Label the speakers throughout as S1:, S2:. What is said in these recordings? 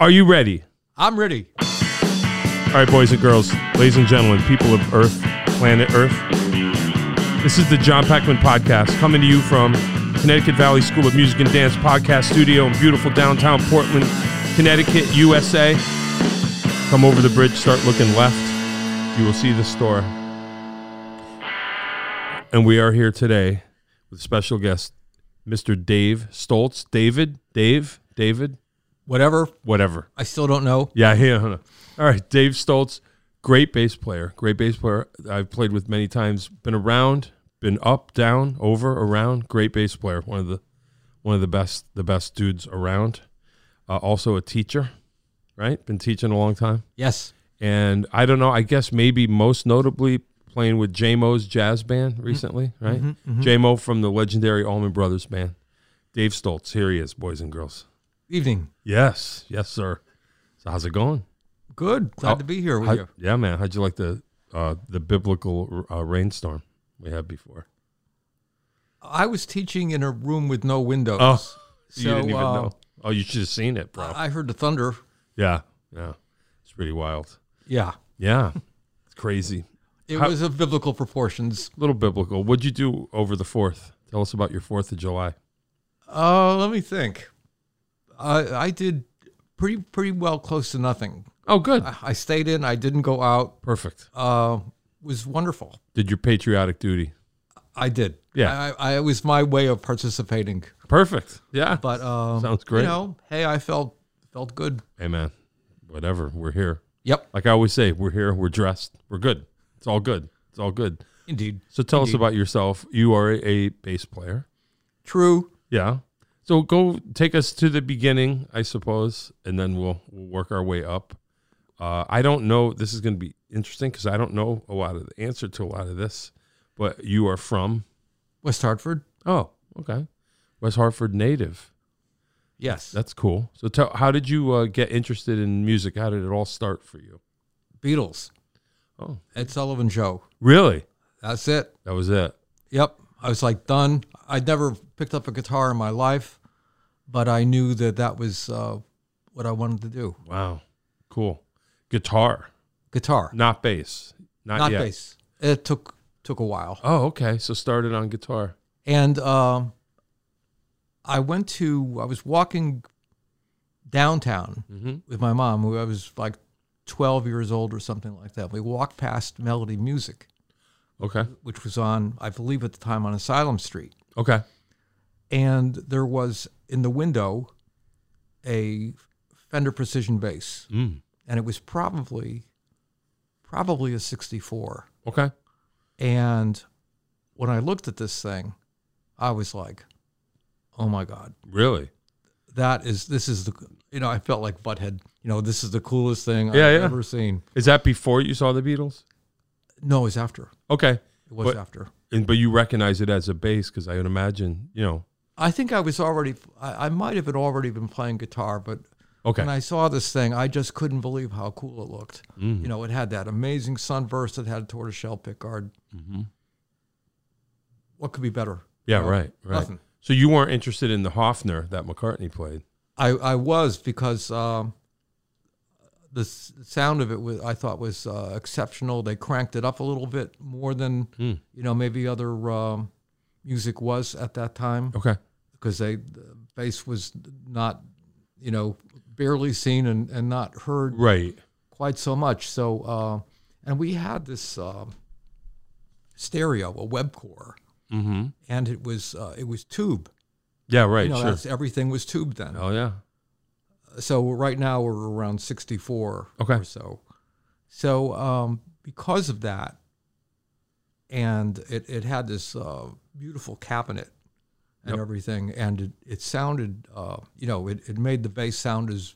S1: Are you ready?
S2: I'm ready.
S1: All right, boys and girls, ladies and gentlemen, people of Earth, planet Earth. This is the John Packman Podcast coming to you from Connecticut Valley School of Music and Dance Podcast Studio in beautiful downtown Portland, Connecticut, USA. Come over the bridge, start looking left. You will see the store. And we are here today with special guest, Mr. Dave Stoltz. David, Dave, David,
S2: Whatever.
S1: whatever.
S2: I still don't know.
S1: Yeah, yeah. hold on. All right, Dave Stoltz, great bass player, great bass player. I've played with many times. Been around, been up, down, over, around. Great bass player. One of the one of the best the best dudes around. Uh, also a teacher, right? Been teaching a long time.
S2: Yes.
S1: And I don't know. I guess maybe most notably playing with JMO's jazz band recently, right? JMO from the legendary Allman Brothers band. Dave Stoltz, here he is, boys and girls.
S2: Evening.
S1: Yes, yes, sir. So how's it going?
S2: Good. Glad to be here with
S1: How-
S2: you.
S1: Yeah, man. How'd you like the uh, the biblical uh, rainstorm we had before?
S2: I was teaching in a room with no windows.
S1: Oh,
S2: so,
S1: you didn't even
S2: uh,
S1: know. Oh, you should have seen it, bro.
S2: I I heard the thunder.
S1: yeah, yeah. It's pretty wild.
S2: Yeah.
S1: Yeah, it's crazy.
S2: It
S1: How-
S2: was of biblical proportions.
S1: A little biblical. What'd you do over the Fourth? Tell us about your Fourth of July.
S2: Uh, let me think. I I did pretty pretty well close to nothing.
S1: Oh, good.
S2: I, I stayed in. I didn't go out.
S1: Perfect.
S2: Uh, was wonderful.
S1: Did your patriotic duty.
S2: I did.
S1: Yeah.
S2: I, I it was my way of participating.
S1: Perfect. Yeah.
S2: But um,
S1: Sounds great.
S2: You know, hey, I felt felt good.
S1: hey, man. Whatever. We're here.
S2: Yep.
S1: Like I always say, we're here. We're dressed. We're good. It's all good. It's all good.
S2: Indeed.
S1: So tell us about yourself. You are a, a bass player.
S2: True.
S1: Yeah. So go take us to the beginning, I suppose, and then we'll we'll work our way up. Uh, I don't know. This is going to be interesting because I don't know a lot of the answer to a lot of this. But you are from
S2: West Hartford.
S1: oh okay, West Hartford native.
S2: Yes.
S1: That's cool. So tell how did you uh, get interested in music? How did it all start for you?
S2: Beatles.
S1: Oh.
S2: Ed Sullivan Show.
S1: Really?
S2: That's it.
S1: That was it.
S2: Yep. I was like done. I'd never picked up a guitar in my life, but I knew that that was uh, what I wanted to do.
S1: Wow. Cool. Guitar,
S2: Guitar,
S1: not bass. Not,
S2: not
S1: yet.
S2: bass. It took took a while.
S1: Oh, okay. So started on guitar.
S2: And um, I went to, I was walking downtown
S1: Mm-hmm.
S2: with my mom, who I was like 12 years old or something like that. We walked past Melody Music,
S1: Okay.
S2: which was on, I believe at the time, on Asylum Street.
S1: Okay.
S2: And there was in the window a Fender Precision bass.
S1: Mm.
S2: And it was probably, probably a 64.
S1: Okay.
S2: And when I looked at this thing, I was like, oh my God.
S1: Really?
S2: that is this is the you know I felt like butthead. You know, this is the coolest thing
S1: Yeah,
S2: I've
S1: yeah.
S2: ever seen.
S1: Is that before you saw the Beatles?
S2: No, it was after.
S1: Okay,
S2: It was
S1: But-
S2: after.
S1: and but you recognize it as a bass because I would imagine you know.
S2: I think I was already. I, I might have had already been playing guitar, but
S1: Okay,
S2: when I saw this thing, I just couldn't believe how cool it looked. You know, it had that amazing sunburst. It had a tortoiseshell pickguard. What could be better?
S1: yeah, right, right.
S2: nothing.
S1: So you weren't interested in the Hofner that McCartney played.
S2: I, I was because um, the s- sound of it was I thought was uh, exceptional. They cranked it up a little bit more than you know maybe other um, music was at that time
S1: Okay,
S2: because they the bass was not you know barely seen and, and not heard
S1: right.
S2: quite so much. So uh, and we had this um stereo a Webcore
S1: Mm-hmm.
S2: and it was uh, it was tube.
S1: Yeah, right.
S2: You know,
S1: sure.
S2: that's, everything was tube then.
S1: Oh yeah.
S2: so right now we're around 64
S1: Okay.
S2: or so. So um, because of that, and it, it had this uh, beautiful cabinet and everything, and it, it sounded, uh, you know, it, it made the bass sound as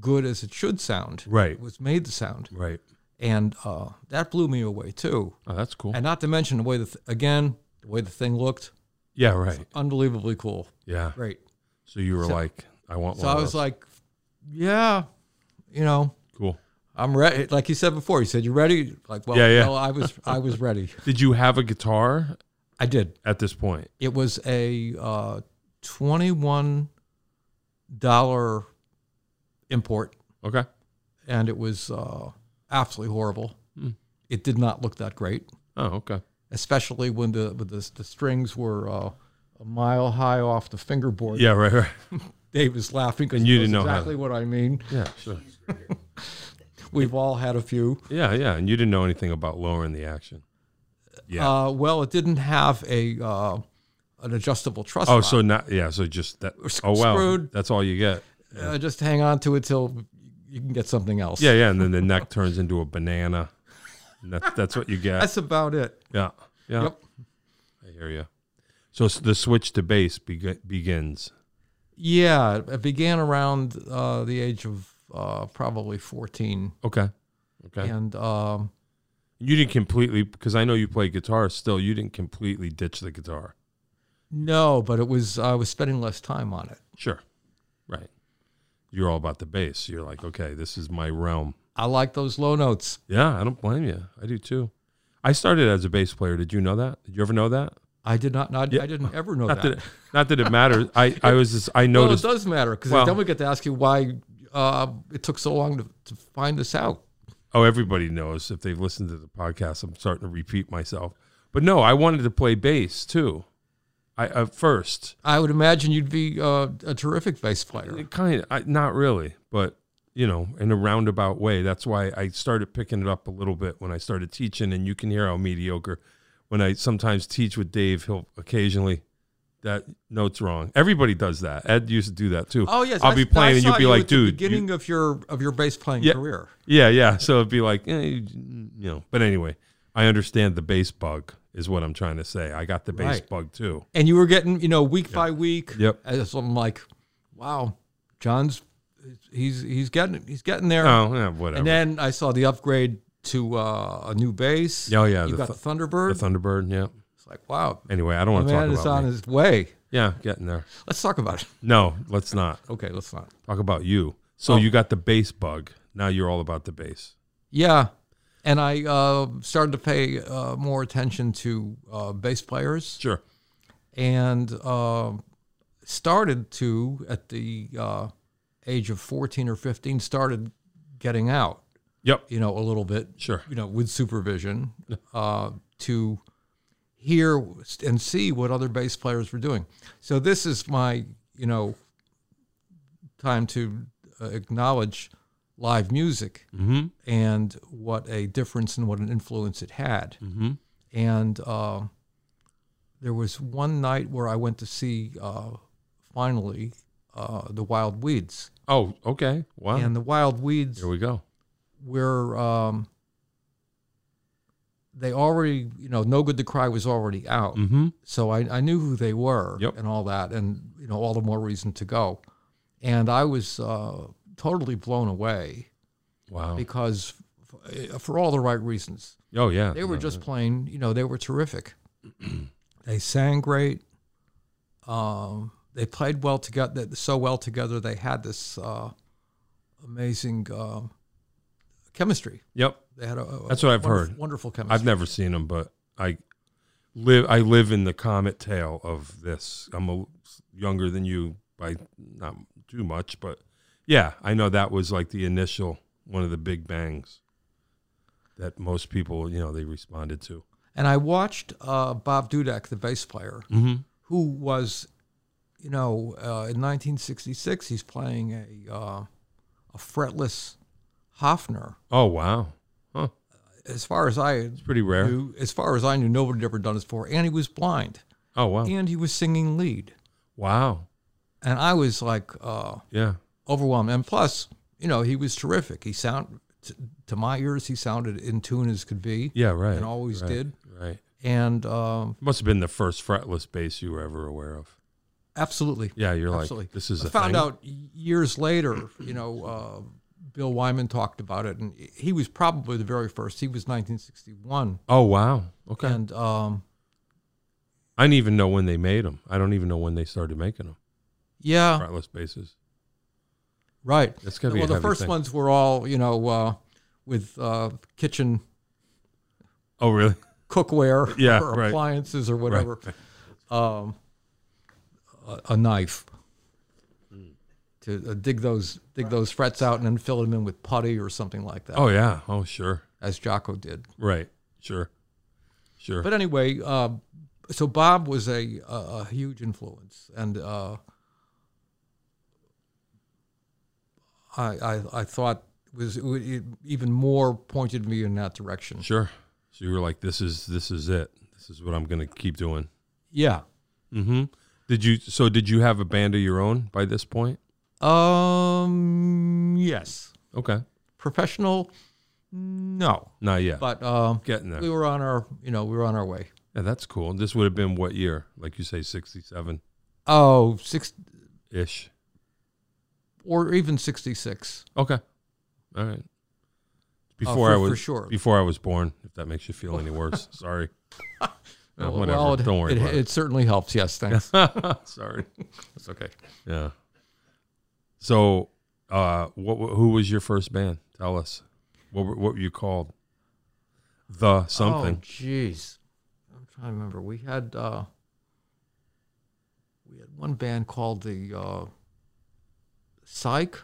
S2: good as it should sound.
S1: Right.
S2: It was made the sound.
S1: Right.
S2: And uh, that blew me away too.
S1: Oh, that's cool.
S2: And not to mention the way, the th- again, the way the thing looked,
S1: yeah, right.
S2: unbelievably cool.
S1: Yeah.
S2: Great.
S1: So you were like, I want
S2: So
S1: one.
S2: I
S1: of
S2: was
S1: those.
S2: like, yeah, you know,
S1: cool.
S2: I'm ready. Like you said before, you said you ready. Like, well,
S1: Yeah, yeah.
S2: no, I was, I was ready.
S1: Did you have a guitar
S2: I did.
S1: at this point?
S2: It was a uh, twenty-one dollar import,
S1: Okay.
S2: and it was uh, absolutely horrible.
S1: Hmm.
S2: It did not look that great,
S1: Oh, okay.
S2: especially when the when the, the strings were uh, a mile high off the fingerboard.
S1: Yeah, right, right.
S2: Dave is laughing because
S1: And you didn't know how to-
S2: exactly what I mean.
S1: Yeah, sure.
S2: We've all had a few.
S1: Yeah, yeah. And you didn't know anything about lowering the action. Yeah.
S2: Uh, well, it didn't have a uh, an adjustable truss.
S1: oh,
S2: rod.
S1: so not yeah. So just that. Oh wow,
S2: screwed.
S1: that's all you get.
S2: uh, just hang on to it till you can get something else.
S1: Yeah, yeah. And then the neck turns into a banana. And That's that's what you get.
S2: that's about it.
S1: Yeah, yeah.
S2: Yep.
S1: I hear you. So s- the switch to bass beg- begins.
S2: Yeah, it began around uh, the age of uh, probably fourteen,
S1: Okay. Okay.
S2: and um,
S1: You didn't completely because I know you play guitar still. You didn't completely ditch the guitar.
S2: no, but it was I was spending less time on it.
S1: Sure. Right. You're all about the bass. You're like, okay, this is my realm.
S2: I like those low notes.
S1: Yeah, I don't blame you. I do too. I started as a bass player. Did you know that? Did you ever know that?
S2: I did not, not
S1: Yeah.
S2: I didn't ever know
S1: Not
S2: that.
S1: that, it, not that it matters. I, I was just, I
S2: well, it
S1: noticed.
S2: does matter because
S1: Well-
S2: then we get to ask you why uh, it took so long to, to find this out.
S1: oh, everybody knows if they've listened to the podcast. I'm starting to repeat myself. But no, I wanted to play bass too. I at first,
S2: I would imagine you'd be uh, a terrific bass player.
S1: kind of I, not really, but you know, in a roundabout way. That's why I started picking it up a little bit when I started teaching, and you can hear how mediocre. When I sometimes teach with Dave, he'll occasionally that note's wrong. Everybody does that. Ed used to do that too.
S2: Oh yes,
S1: I'll
S2: I-
S1: be
S2: I
S1: playing, and
S2: saw
S1: you'll be
S2: you
S1: like,
S2: at the
S1: dude, you-
S2: beginning of your of your bass playing
S1: Yeah.
S2: career.
S1: yeah, yeah. So it'd be like, eh, you you know. But anyway, I understand the bass bug is what I'm trying to say. I got the bass
S2: Right.
S1: bug too.
S2: and you were getting you know week by week.
S1: Yep.
S2: And so I'm like, wow, John's he's he's getting he's getting there.
S1: Oh, yeah, whatever.
S2: and then I saw the upgrade to uh, a new bass.
S1: Oh, yeah,
S2: you
S1: the
S2: got
S1: th-
S2: the
S1: the
S2: Thunderbird.
S1: Thunderbird. Yeah.
S2: it's like wow,
S1: Anyway, I don't
S2: the
S1: want to talk
S2: man is
S1: about
S2: on
S1: me.
S2: his way.
S1: Yeah, getting there.
S2: Let's talk about it.
S1: No, let's not.
S2: Okay, let's not.
S1: Talk about you. So
S2: Oh.
S1: you got the bass bug. Now you're all about the bass.
S2: Yeah, and I uh, started to pay uh, more attention to uh, bass players
S1: Sure.
S2: and uh, started to at the uh, age of fourteen or fifteen started getting out.
S1: Yep.
S2: you know, a little bit,
S1: Sure.
S2: you know, with supervision uh, to hear and see what other bass players were doing. So this is my, you know, time to uh, acknowledge live music
S1: Mm-hmm.
S2: and what a difference and what an influence it had.
S1: Mm-hmm.
S2: And uh, there was one night where I went to see uh, finally uh, the Wild Weeds,
S1: Oh, okay. Wow.
S2: and the Wild Weeds
S1: Here we go.
S2: where um, they already, you know, No Good to Cry was already out.
S1: Mm-hmm.
S2: So I, I knew who they were
S1: Yep.
S2: and all that, and, you know, all the more reason to go. And I was uh, totally blown away
S1: Wow.
S2: because f- eh, for all the right reasons.
S1: Oh yeah.
S2: They were
S1: No,
S2: just playing, you know, they were terrific. they sang great. Um, they played well together, so well together. They had this uh, amazing uh, chemistry.
S1: Yep.
S2: They had a, a-
S1: That's what I've
S2: wonderful-
S1: heard.
S2: Wonderful chemistry.
S1: I've never seen them, but I live. I live in the comet tail of this. I'm a, younger than you by not too much, but yeah, I know that was like the initial one of the big bangs that most people, you know, they responded to.
S2: and I watched uh, Bob Dudek, the bass player,
S1: Mm-hmm.
S2: who was, you know, uh, in 1966, he's playing a uh, a fretless Hofner.
S1: Oh wow. Huh.
S2: As far as I
S1: Pretty rare.
S2: knew, as far as I knew, nobody had ever done this before, and he was blind,
S1: Oh wow.
S2: and he was singing lead,
S1: Wow.
S2: and I was like uh,
S1: Yeah.
S2: overwhelmed. And plus, you know, he was terrific. He sound t- to my ears, he sounded in tune as could be,
S1: Yeah. Right.
S2: and always
S1: right,
S2: did.
S1: Right.
S2: And um,
S1: Must have been the first fretless bass you were ever aware of.
S2: absolutely,
S1: Yeah. You're
S2: Absolutely.
S1: like, this is
S2: I
S1: a
S2: found
S1: thing?
S2: out years later. You know, uh, Bill Wyman talked about it, and he was probably the very first. He was 1961,
S1: Oh wow. Okay.
S2: and um,
S1: I didn't even know when they made them. I don't even know when they started making them.
S2: yeah, right.
S1: Fretless basses. That's gotta be
S2: Well,
S1: a
S2: the
S1: heavy
S2: first
S1: thing.
S2: ones were all you know uh, with uh, kitchen
S1: Oh really?
S2: cookware
S1: Yeah,
S2: or
S1: right.
S2: appliances or whatever. Um, a, a knife to uh, dig those dig those frets out and then fill them in with putty or something like that,
S1: Oh yeah. Oh sure.
S2: as Jocko did.
S1: Right. Sure. Sure.
S2: But anyway, uh, so Bob was a, a, a huge influence, and uh, I, I I thought was it even more pointed me in that direction.
S1: sure. So you were like, this is this is it. This is what I'm gonna keep doing.
S2: Yeah.
S1: Mm-hmm. Did you? So did you have a band of your own by this point?
S2: Um. Yes.
S1: Okay.
S2: Professional. No.
S1: Not yet.
S2: But um,
S1: Getting there.
S2: we were on our you know we were on our way.
S1: Yeah, that's cool. And this would have been what year? Like you say, sixty-seven
S2: Oh, six
S1: ish.
S2: or even sixty six.
S1: Okay. All right. Before
S2: Oh, for-
S1: I was
S2: for sure.
S1: before I was born. If that makes you feel any worse, sorry. No, whatever.
S2: it,
S1: Don't worry
S2: It,
S1: about it.
S2: it certainly helps. Yes, thanks.
S1: sorry.
S2: it's okay.
S1: Yeah. So, uh, what, wh- who was your first band? Tell us. What were, what were you called? The
S2: Oh,
S1: something.
S2: jeez. I'm trying to remember. We had uh, we had one band called the uh, Psych,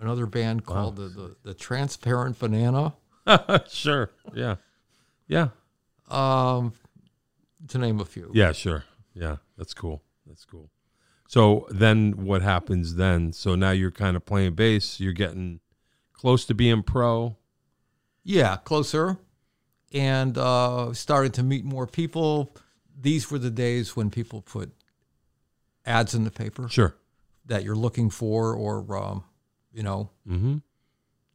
S2: another band called the, the the Transparent Banana,
S1: sure. Yeah. Yeah.
S2: um, to name a few.
S1: Yeah. Sure. Yeah. That's cool. That's cool. So then, what happens then? So now you're kind of playing bass. You're getting close to being pro.
S2: Yeah, closer, and uh, started to meet more people. These were the days when people put ads in the paper
S1: Sure.
S2: that you're looking for, or um, you know,
S1: Mm-hmm.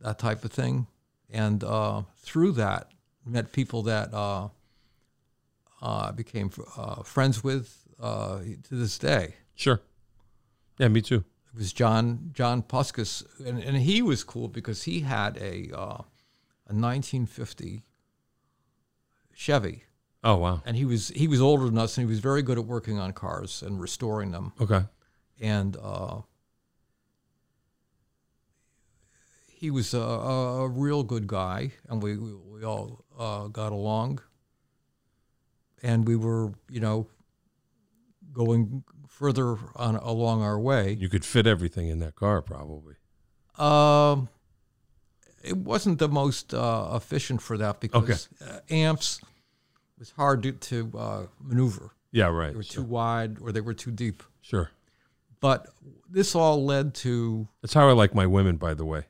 S2: that type of thing. And uh, through that, met people that uh, uh, became uh, friends with uh, to this day.
S1: Sure. Yeah. Me too.
S2: It was John John Puskus, and, and he was cool because he had a uh, a 1950 Chevy,
S1: Oh wow.
S2: and he was he was older than us, and he was very good at working on cars and restoring them.
S1: Okay.
S2: and uh, he was a, a, a real good guy, and we we, we all uh, got along, and we were you know going further on along our way.
S1: You could fit everything in that car, probably.
S2: Um, it wasn't the most uh, efficient for that because uh, amps was hard to, to uh, maneuver.
S1: Yeah. Right.
S2: They were too wide or they were too deep.
S1: Sure.
S2: But this all led to
S1: That's how I like my women, by the way.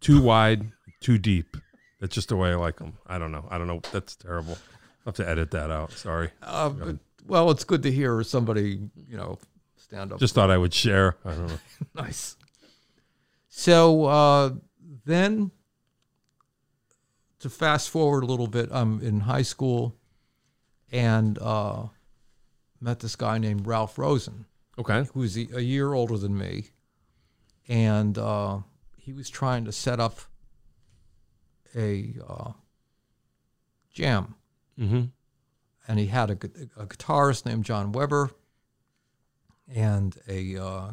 S1: Too wide, too deep. That's just the way I like them. I don't know. I don't know. That's terrible. I'll have to edit that out. Sorry.
S2: Uh, but- well, it's good to hear somebody, you know, stand up.
S1: Just thought I would share. I don't know.
S2: nice. So uh, then, to fast forward a little bit, I'm in high school, and uh, met this guy named Ralph Rosen,
S1: Okay.
S2: who's a, a year older than me, and uh, he was trying to set up a uh, jam
S1: Mm-hmm.
S2: and he had a, gu- a guitarist named John Weber and a uh,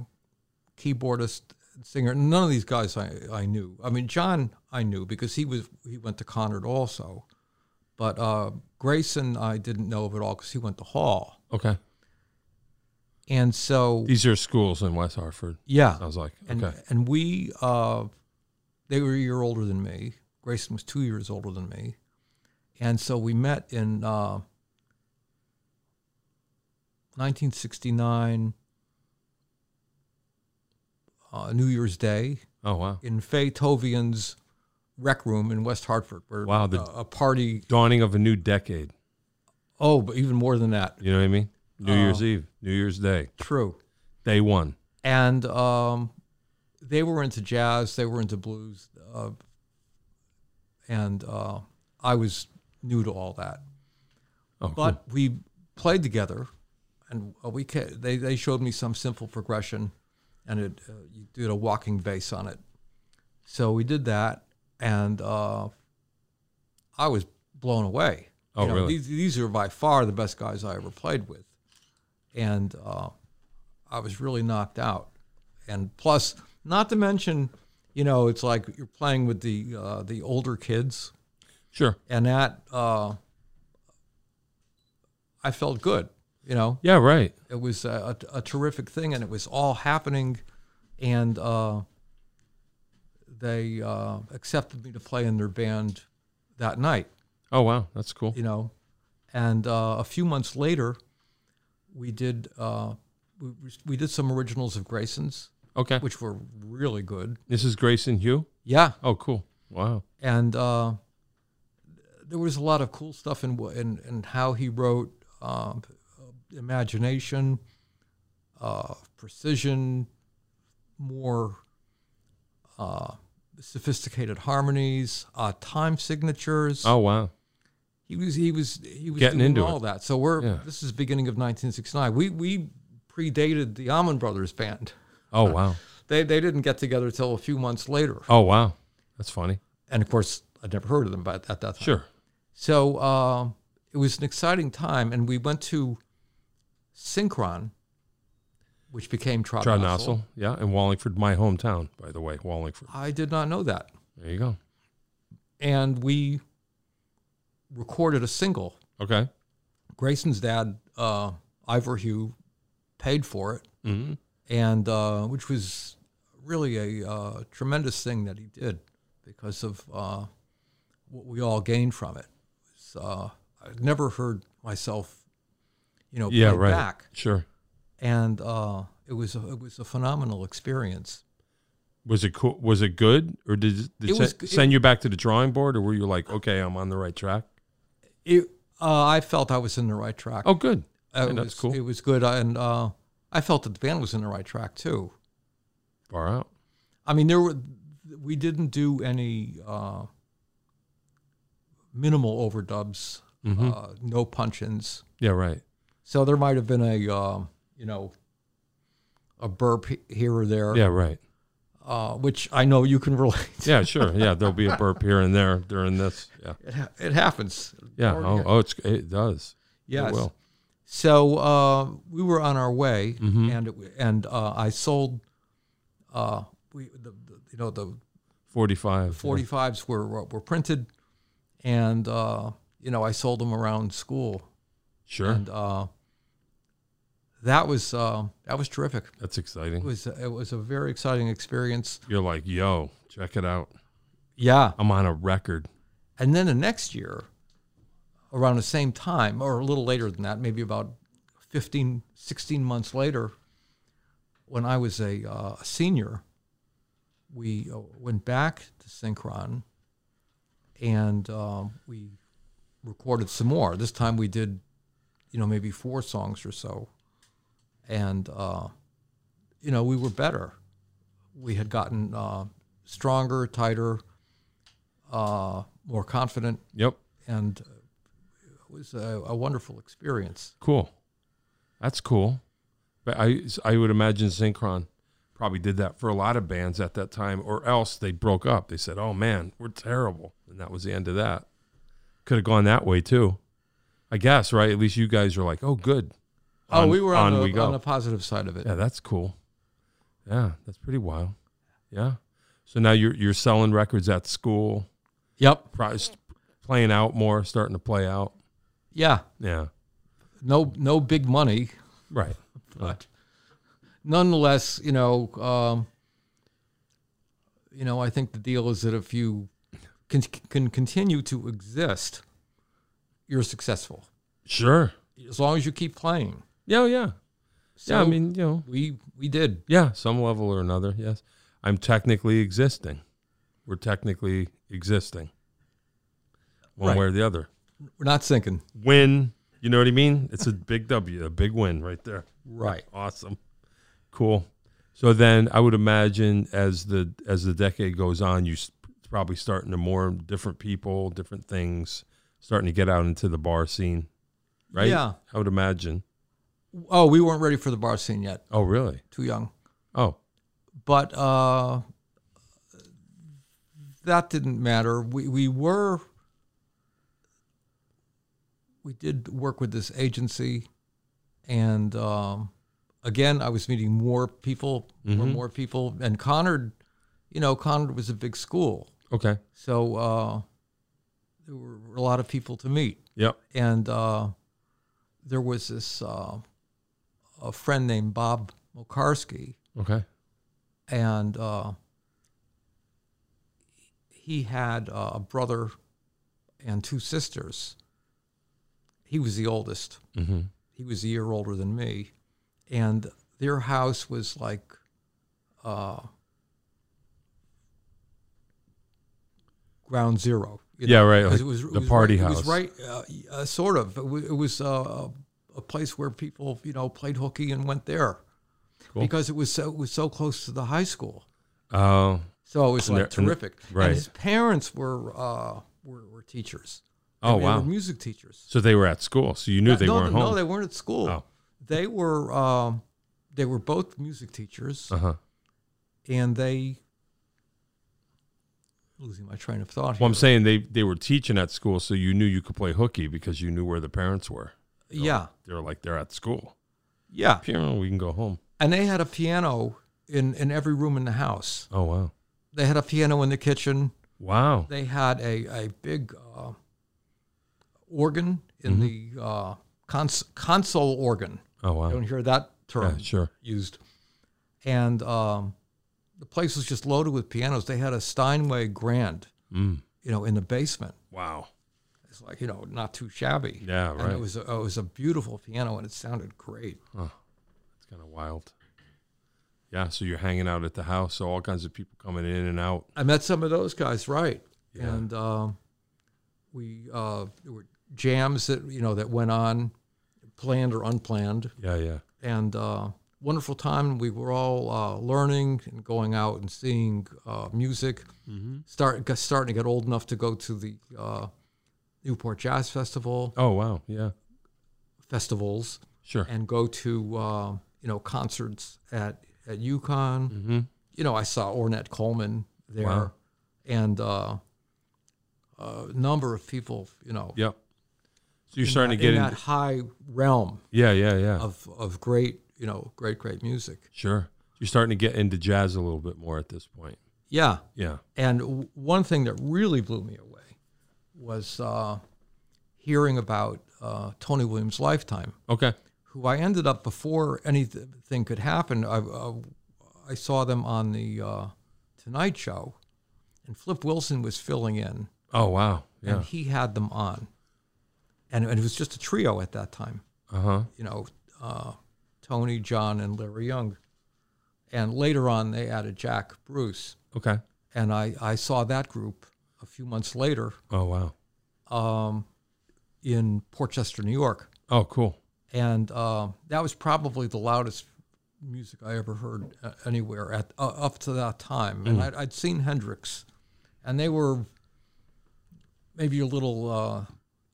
S2: keyboardist singer. None of these guys I, I knew. I mean, John I knew because he was he went to Conard also, but uh, Grayson I didn't know of at all because he went to Hall.
S1: Okay.
S2: And so
S1: These are schools in West Hartford.
S2: yeah,
S1: I was like, okay.
S2: and and we uh, they were a year older than me. Grayson was two years older than me, and so we met in uh, 1969 uh, New Year's Day
S1: oh, wow.
S2: in Faytovian's rec room in West Hartford, where
S1: Wow, the-
S2: uh, a party.
S1: Dawning of a new decade.
S2: Oh, but even more than that,
S1: You know what I mean? New
S2: Oh.
S1: Year's Eve, New Year's Day,
S2: true.
S1: day one.
S2: and um, they were into jazz, they were into blues, uh, and uh, I was new to all that.
S1: Oh, cool.
S2: But we played together, and uh, we ca- they they showed me some simple progression, and it uh, you did a walking bass on it. So we did that, and uh, I was blown away.
S1: Oh, really?
S2: These, these are by far the best guys I ever played with, and uh, I was really knocked out. And plus, not to mention, you know, it's like you're playing with the uh, the older kids
S1: Sure.
S2: and that uh, I felt good. You know,
S1: Yeah, right.
S2: it was a, a, a terrific thing, and it was all happening and uh, they uh, accepted me to play in their band that night.
S1: Oh wow, that's cool.
S2: You know, and uh, a few months later, we did uh, we, we did some originals of Grayson's,
S1: Okay,
S2: which were really good.
S1: this is Grayson Hugh.
S2: Yeah,
S1: Oh, cool. Wow.
S2: and uh, there was a lot of cool stuff in wha- in, in how he wrote um, imagination, uh, precision, more uh, sophisticated harmonies, uh, time signatures.
S1: Oh wow.
S2: He was he was he was
S1: Getting
S2: doing
S1: into
S2: all that. So we're
S1: Yeah.
S2: this is beginning of 1969. We we predated the Almond Brothers band.
S1: Oh wow.
S2: They they didn't get together till a few months later.
S1: Oh wow. That's funny.
S2: And of course, I'd never heard of them by, at that time.
S1: Sure.
S2: So uh, it was an exciting time, and we went to Synchron, which became Trod,
S1: John
S2: Nossel.
S1: Nossel. Yeah, and Wallingford, my hometown, by the way, Wallingford.
S2: I did not know that,
S1: There you go.
S2: and we recorded a single.
S1: Okay.
S2: Grayson's dad, uh, Ivor Hugh, paid for it,
S1: hmm
S2: and uh, which was really a uh, tremendous thing that he did because of uh, what we all gained from it. It's, uh, I've never heard myself, you know,
S1: Yeah.
S2: play
S1: Right.
S2: back.
S1: Sure.
S2: and uh, it was a, it was a phenomenal experience.
S1: Was it cool? Was it good, or did, did
S2: It
S1: it
S2: was g-
S1: send you back to the drawing board, or were you like, okay, I'm on the right track?
S2: It, uh, I felt I was in the right track.
S1: Oh, good.
S2: Uh, it
S1: and that's
S2: was,
S1: cool.
S2: It was good, and uh, I felt that the band was in the right track too.
S1: Far out.
S2: I mean, there were we didn't do any uh, minimal overdubs,
S1: Mm-hmm.
S2: uh, no punch-ins.
S1: Yeah. Right.
S2: So there might have been a um, you know a burp he- here or there,
S1: Yeah. Right.
S2: uh, which I know you can relate.
S1: Yeah. Sure. Yeah. There'll be a burp here and there during this. Yeah.
S2: It, ha- it happens.
S1: Yeah.
S2: Or-
S1: Oh. Oh. It's it does.
S2: yes.
S1: It will.
S2: So uh, we were on our way, and it, and uh, I sold. Uh, we the, the you know the
S1: Forty five.
S2: forty fives were were were printed, and uh, you know I sold them around school,
S1: Sure.
S2: and uh, that was uh, that was terrific.
S1: that's
S2: It
S1: exciting.
S2: was it was a very exciting experience.
S1: You're like, yo, check it out.
S2: Yeah,
S1: I'm on a record.
S2: and then the next year, around the same time or a little later than that, maybe about 15, 16 months later, when I was a, uh, a senior, we uh, went back to Synchron and um, we recorded some more. This time we did, you know, maybe four songs or so. And, uh, you know, we were better. We had gotten uh, stronger, tighter, uh, more confident
S1: Yep.
S2: and uh, it was a, a wonderful experience.
S1: Cool. That's cool. But I I would imagine Synchron probably did that for a lot of bands at that time, or else they broke up. They said, "Oh man, we're terrible," and that was the end of that. Could have gone that way too, I guess. Right? At least you guys are like, "Oh, good."
S2: oh,
S1: On-
S2: we were on,
S1: on
S2: the,
S1: we go.
S2: on the positive side of it.
S1: Yeah, that's cool. Yeah, that's pretty wild. Yeah. So now you're you're selling records at school,
S2: Yep.
S1: probably s- playing out more, starting to play out.
S2: Yeah.
S1: Yeah.
S2: No, no big money,
S1: Right.
S2: but nonetheless, you know, um, you know, I think the deal is that if you can, can continue to exist, you're successful
S1: Sure.
S2: as long as you keep playing.
S1: Yeah, oh, yeah.
S2: So
S1: yeah, I mean, you know,
S2: we we did.
S1: Yeah, some level or another. Yes, I'm technically existing. We're technically existing, one
S2: Right.
S1: way or the other.
S2: We're not sinking.
S1: Win. You know what I mean? It's a big W, a big win right there.
S2: Right.
S1: Awesome, cool. So then, I would imagine as the as the decade goes on, you s- probably starting to more different people, different things, starting to get out into the bar scene, right?
S2: Yeah.
S1: I would imagine.
S2: Oh, we weren't ready for the bar scene yet.
S1: Oh, really?
S2: Too young.
S1: Oh,
S2: but uh, that didn't matter. We we were we did work with this agency, and um, again, I was meeting more people, more, more people, and Conard, you know, Conard was a big school,
S1: okay.
S2: so uh, there were a lot of people to meet
S1: Yep.
S2: and uh, there was this uh, a friend named Bob Mokarski
S1: Okay.
S2: and uh, he had uh, a brother and two sisters. He was the oldest.
S1: Mm-hmm.
S2: He was a year older than me, and their house was like uh, ground zero. you
S1: Yeah, right,
S2: 'cause
S1: like the party
S2: right,
S1: house.
S2: It was right, uh, y- uh, sort of. It was, it was uh, a place where people, you know, played hooky and went there
S1: Cool.
S2: because it was so it was so close to the high school.
S1: Oh,
S2: So it was
S1: And
S2: like
S1: they're- and-
S2: terrific.
S1: right.
S2: And his parents were uh, were, were teachers.
S1: oh
S2: And they
S1: wow.
S2: were music teachers.
S1: so they were at school, so you knew they
S2: no,
S1: weren't
S2: no,
S1: home.
S2: they weren't at school.
S1: Oh.
S2: They were um, they were both music teachers,
S1: uh huh.
S2: and they losing my train of thought.
S1: Well, I'm
S2: here.
S1: saying they they were teaching at school, so you knew you could play hooky because you knew where the parents were.
S2: yeah,
S1: They're like they're at school.
S2: yeah,
S1: Piano, we can go home.
S2: and they had a piano in in every room in the house.
S1: Oh wow,
S2: They had a piano in the kitchen.
S1: wow.
S2: They had a a big uh, organ in the uh, cons- console organ.
S1: Mm-hmm. Oh wow.
S2: I don't hear that term
S1: Yeah, sure.
S2: used. And um, the place was just loaded with pianos. They had a Steinway Grand,
S1: Mm.
S2: you know, in the basement.
S1: Wow.
S2: It's like you know, not too shabby.
S1: Yeah,
S2: And
S1: right.
S2: it was a, it was a beautiful piano, and it sounded great.
S1: It's kind of wild. Yeah, so you're hanging out at the house, so all kinds of people coming in and out.
S2: I met some of those guys, right? And um, we uh, there were jams that you know that went on, planned or unplanned,
S1: Yeah, yeah.
S2: and uh, wonderful time. We were all uh, learning and going out and seeing uh, music. Start got, starting to get old enough to go to the uh, Newport Jazz Festival
S1: Oh wow, yeah.
S2: festivals
S1: Sure.
S2: and go to uh, you know concerts at at UConn.
S1: Mhm.
S2: You know, I saw Ornette Coleman there,
S1: Wow.
S2: and uh, a number of people. You know,
S1: Yep. So you're starting to
S2: in
S1: get
S2: that
S1: in.
S2: high realm
S1: Yeah, yeah, yeah.
S2: of of great you know great great music.
S1: Sure. You're starting to get into jazz a little bit more at this point.
S2: Yeah,
S1: Yeah.
S2: And w- one thing that really blew me away was uh, hearing about uh, Tony Williams' lifetime,
S1: Okay.
S2: who I ended up before anything could happen. I, I, I saw them on the uh, Tonight Show, and Flip Wilson was filling in,
S1: Oh wow.
S2: and
S1: Yeah.
S2: he had them on. And, and it was just a trio at that time,
S1: Uh huh.
S2: you know, uh, Tony, John, and Larry Young. And later on, they added Jack Bruce
S1: Okay.
S2: and I, I saw that group a few months later
S1: Oh wow.
S2: um, in Port Chester, New York,
S1: Oh cool.
S2: and uh, that was probably the loudest music I ever heard uh, anywhere at uh, up to that time.
S1: Mm.
S2: And I'd, I'd seen Hendrix, and they were maybe a little uh,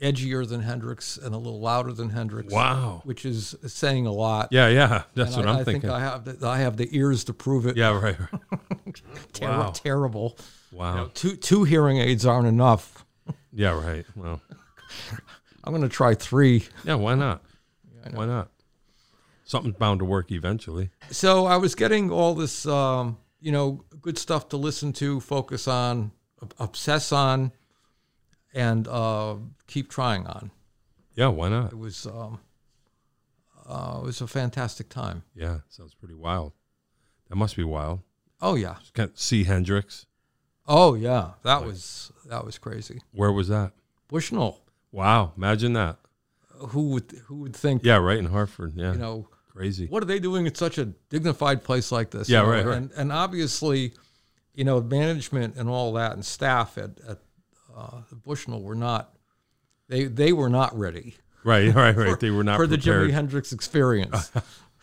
S2: edgier than Hendrix and a little louder than Hendrix.
S1: Wow.
S2: Which is saying a lot.
S1: Yeah, yeah. That's
S2: And
S1: what
S2: I,
S1: I'm
S2: I
S1: thinking.
S2: think I have the, I have the ears to prove it.
S1: yeah. Right. right.
S2: Ter-
S1: wow.
S2: Terrible.
S1: Wow.
S2: Two two hearing aids aren't enough.
S1: Yeah. Right. Well.
S2: I'm going to try three.
S1: Yeah. Why not? why not? Something's bound to work eventually.
S2: So I was getting all this, um, you know, good stuff to listen to, focus on, ob- obsess on, and uh, keep trying on.
S1: Yeah. Why not?
S2: It was, um, uh, it was a fantastic time.
S1: Yeah. Sounds pretty wild. That must be wild.
S2: Oh yeah,
S1: Just can't see Hendrix.
S2: oh yeah, that was that was crazy.
S1: Where was that?
S2: Bushnell,
S1: Wow. Imagine that.
S2: who would who would think,
S1: Yeah. Right in Hartford. Yeah.
S2: you know,
S1: Crazy.
S2: what are they doing at such a dignified place like this?
S1: Yeah,
S2: You know,
S1: right, right.
S2: And, and obviously, you know, management and all that and staff at, at uh, Bushnell were not, they, they were not ready
S1: Right. Right. Right. They were not
S2: for the Jimi
S1: prepared.
S2: Hendrix experience.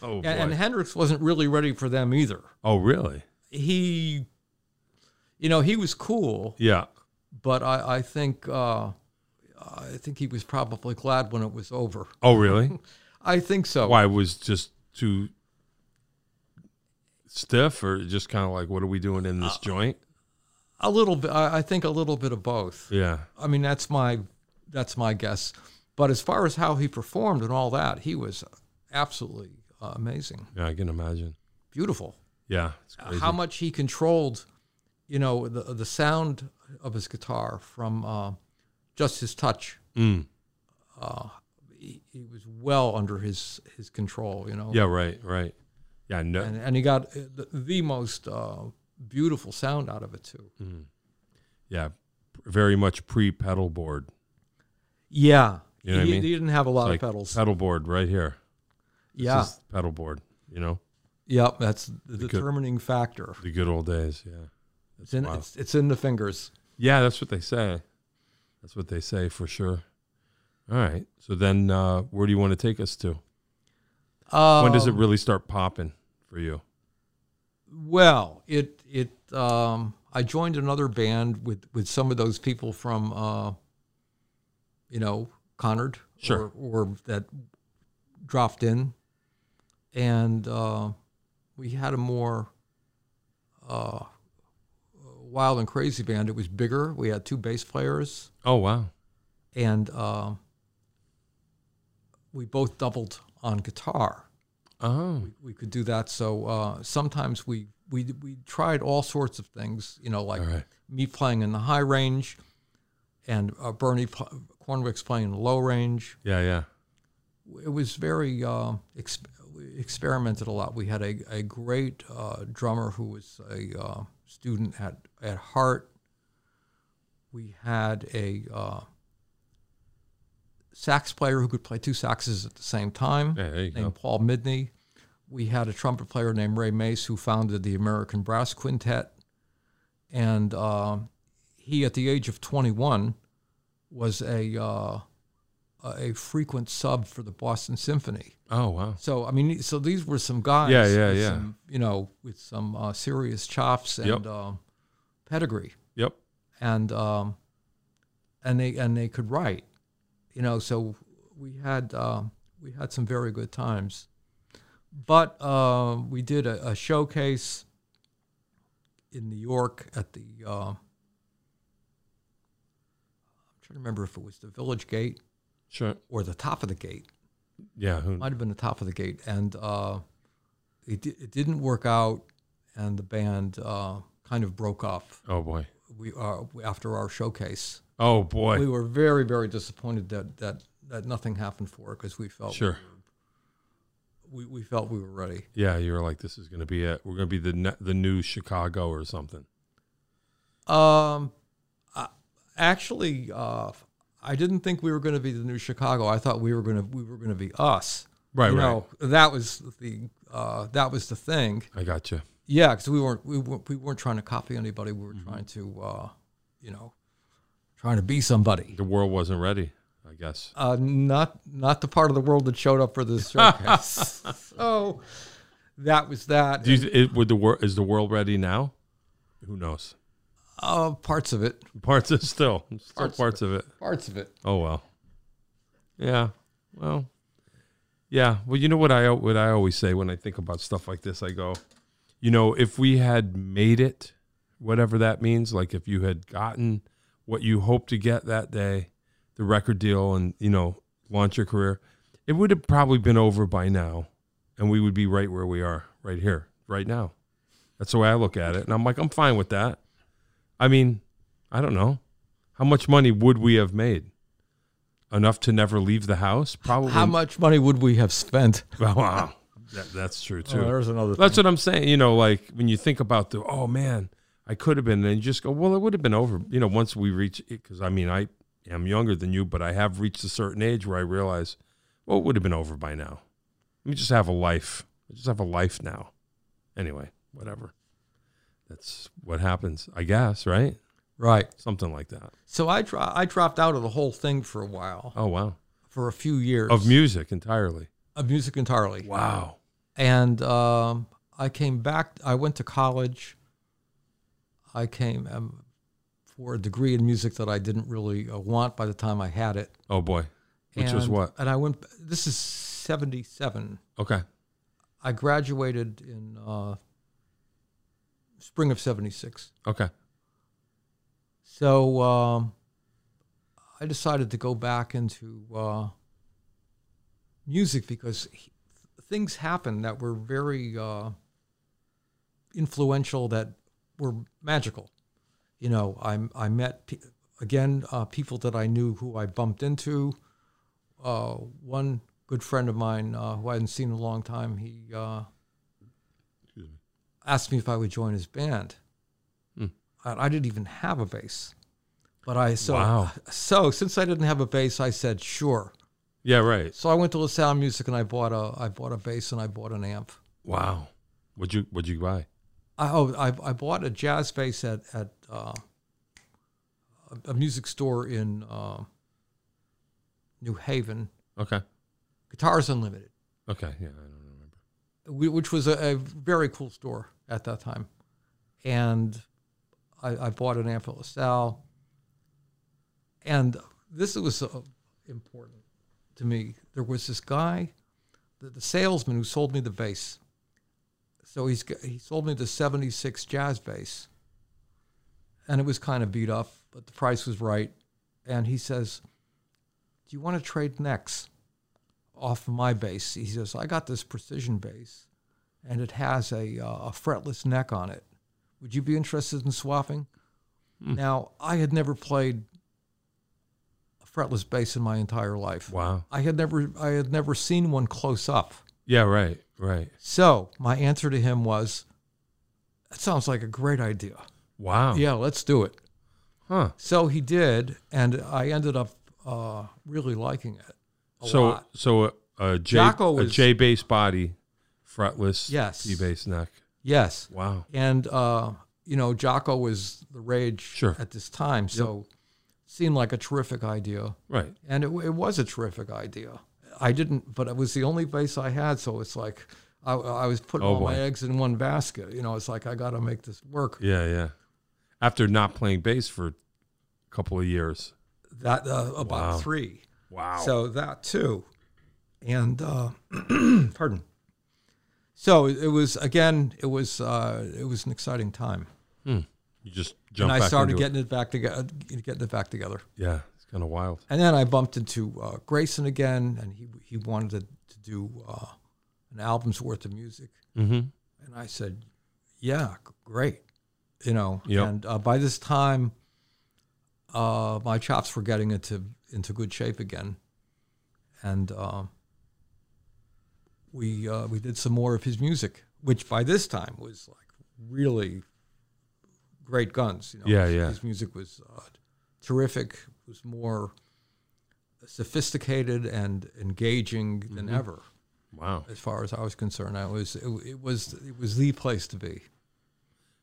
S1: oh boy.
S2: and, and Hendrix wasn't really ready for them either.
S1: oh really?
S2: He, you know, he was cool,
S1: Yeah.
S2: but I, I think, uh, I think he was probably glad when it was over.
S1: Oh really?
S2: I think so.
S1: Why it was just too stiff, or just kind of like, what are we doing in
S2: Uh,
S1: this joint?
S2: A little bit, I I think a little bit of both.
S1: Yeah.
S2: I mean, that's my that's my guess. But as far as how he performed and all that, he was absolutely uh, amazing,
S1: Yeah. I can imagine.
S2: beautiful.
S1: Yeah. It's crazy.
S2: Uh, How much he controlled, you know, the the sound of his guitar from uh, just his touch. Uh,
S1: Mm.
S2: He, he was well under his his control, you know.
S1: Yeah, right, right. Yeah, no.
S2: and and he got uh, the, the most uh, beautiful sound out of it too.
S1: yeah, p- very much pre pedal board.
S2: Yeah,
S1: You know what I
S2: he,
S1: mean?
S2: he didn't have a lot
S1: Like
S2: of pedals.
S1: pedal board right here. This
S2: yeah,
S1: is pedal board. You know
S2: yep, that's the
S1: good-
S2: determining factor.
S1: the good old days. Yeah,
S2: It's in
S1: wow.
S2: it's, it's in the fingers.
S1: yeah, that's what they say. That's what they say for sure. All right. So then, uh, where do you want to take us to?
S2: Uh,
S1: When does it really start popping for you?
S2: Well, it it um, I joined another band with with some of those people from uh, you know Conard
S1: Sure.
S2: or, or that dropped in, and uh, we had a more uh, wild and crazy band. It was bigger. We had two bass players,
S1: Oh wow.
S2: and uh, we both doubled on guitar
S1: Oh
S2: we could do that. So uh, sometimes we, we we tried all sorts of things, you know, like
S1: All right.
S2: me playing in the high range, and uh, Bernie pl- Cornwick's playing in the low range.
S1: yeah, yeah.
S2: It was very uh, ex- we experimented a lot. We had a a great uh, drummer who was a uh, student at at Hart. We had a uh, sax player who could play two saxes at the same time
S1: Yeah, there you
S2: named
S1: go.
S2: Paul Midney. We had a trumpet player named Ray Mace who founded the American Brass Quintet. And uh, he, at the age of 21, was a, uh, a frequent sub for the Boston Symphony.
S1: Oh wow.
S2: So, I mean, so these were some guys.
S1: Yeah, yeah,
S2: with
S1: yeah.
S2: Some, you know, with some uh, serious chops and
S1: Yep.
S2: um, pedigree
S1: Yep.
S2: and um, and they and they could write, you know. So we had um, we had some very good times, but uh, we did a, a showcase in New York at the. Uh, I'm trying to remember if it was the Village Gate
S1: Sure.
S2: or the top of the gate.
S1: Yeah. Who,
S2: Might have been the top of the gate, and uh, it di- it didn't work out, and the band uh, kind of broke up.
S1: oh boy.
S2: We uh, after our showcase
S1: Oh boy.
S2: we were very very disappointed that that that nothing happened for it because we felt
S1: Sure.
S2: we, we felt we were ready
S1: Yeah, you were like, this is going to be it. We're going to be the ne- the new Chicago or something.
S2: um I, actually uh i didn't think we were going to be the new chicago i thought we were going to we were going to be us
S1: Right,
S2: you
S1: right.
S2: know that was the uh that was the thing
S1: I got you.
S2: yeah because we weren't we weren't, we weren't trying to copy anybody we were
S1: Mm-hmm.
S2: trying to uh you know trying to be somebody
S1: The world wasn't ready, I guess.
S2: uh, not not the part of the world that showed up for this showcase. so that was that.
S1: Do you, it, would the wor- is the world ready now? Who knows?
S2: Uh, parts of it.
S1: Parts of still, still parts,
S2: Parts
S1: of it.
S2: Parts of it.
S1: Oh well. Yeah. Well. Yeah. Well, you know what I what I always say when I think about stuff like this, I go, you know, if we had made it, whatever that means, like if you had gotten what you hoped to get that day, the record deal, and you know, launch your career, it would have probably been over by now, and we would be right where we are, right here, right now. That's the way I look at it, and I'm like, I'm fine with that. I mean, I don't know how much money would we have made enough to never leave the house probably
S2: How much money would we have spent?
S1: Oh, wow that, that's true too
S2: there's another. Thing.
S1: that's what i'm saying you know like when you think about the oh man i could have been and you just go well it would have been over you know once we reach it because i mean i am younger than you but i have reached a certain age where i realize well it would have been over by now let me just have a life i just have a life now anyway whatever that's what happens i guess right
S2: Right.
S1: something like that
S2: So I dro- I dropped out of the whole thing for a while,
S1: oh wow
S2: for a few years
S1: of music entirely
S2: of music entirely.
S1: wow
S2: And um, I came back. I went to college. I came um, for a degree in music that I didn't really uh, want by the time I had it.
S1: oh boy which was
S2: And-
S1: what
S2: And I went. This is '77.
S1: Okay.
S2: I graduated in uh, spring of '76.
S1: Okay.
S2: So um, I decided to go back into uh, music because he, things happened that were very uh, influential, that were magical. You know, I I met pe- again uh, people that I knew who I bumped into. Uh, one good friend of mine uh, who I hadn't seen in a long time, he uh, asked me if I would join his band.
S1: Hmm.
S2: And I didn't even have a bass, but I so
S1: Wow.
S2: so since I didn't have a bass, I said sure.
S1: Yeah, right.
S2: So I went to LaSalle Music and I bought a I bought a bass and I bought an amp.
S1: Wow. What'd you What'd you buy?
S2: I oh I, I bought a jazz bass at at uh, a- a music store in uh, New Haven.
S1: Okay.
S2: Guitars Unlimited,
S1: Okay. Yeah, I don't remember.
S2: whi- which was a, a very cool store at that time, and I, I bought an amp at LaSalle. And this was uh, important to me. There was this guy, the, the salesman who sold me the bass. So he's g- he sold me the '76 jazz bass, and it was kind of beat up, but the price was right. And he says, "Do you want to trade necks off my bass?" He says, "I got this precision bass, and it has a, uh, a fretless neck on it. Would you be interested in swapping?" Now, I had never played a fretless bass in my entire life.
S1: Wow.
S2: I had never I had never seen one close up.
S1: Yeah. Right. Right.
S2: So my answer to him was, "That sounds like a great idea.
S1: Wow.
S2: Yeah, let's do it."
S1: Huh.
S2: So he did, and I ended up uh, really liking it a
S1: so
S2: lot.
S1: so a, a J
S2: Jocko
S1: a
S2: was-
S1: J bass body, fretless.
S2: Yes.
S1: T bass neck.
S2: Yes,
S1: Wow.
S2: and uh, you know Jocko was the rage
S1: Sure.
S2: at this time, so seemed like a terrific idea,
S1: Right.
S2: and it, it was a terrific idea. I didn't, but it was the only base I had, so it's like. I, I was putting
S1: Oh,
S2: all my
S1: boy.
S2: eggs in one basket. You know, it's like I got to make this work.
S1: Yeah. Yeah. After not playing bass for a couple of years.
S2: That uh, about
S1: Wow.
S2: three.
S1: Wow.
S2: So that too. And uh, pardon. So it was again. It was uh, it was an exciting time,
S1: you just jump.
S2: and I
S1: back
S2: started
S1: into it.
S2: getting it back together, getting it back together.
S1: Yeah. It's kind of wild.
S2: And then I bumped into uh, Grayson again, and he he wanted to, to do uh, an album's worth of music,
S1: Mm-hmm.
S2: and I said, "Yeah, g- great," you know.
S1: Yep.
S2: And uh, by this time, uh, my chops were getting into into good shape again, and uh, we uh, we did some more of his music, which by this time was like really great guns. You know,
S1: Yeah,
S2: his,
S1: yeah.
S2: His music was uh, terrific. Was more sophisticated and engaging than
S1: Mm-hmm.
S2: ever
S1: Wow.
S2: as far as I was concerned, I was it, it was it was the place to be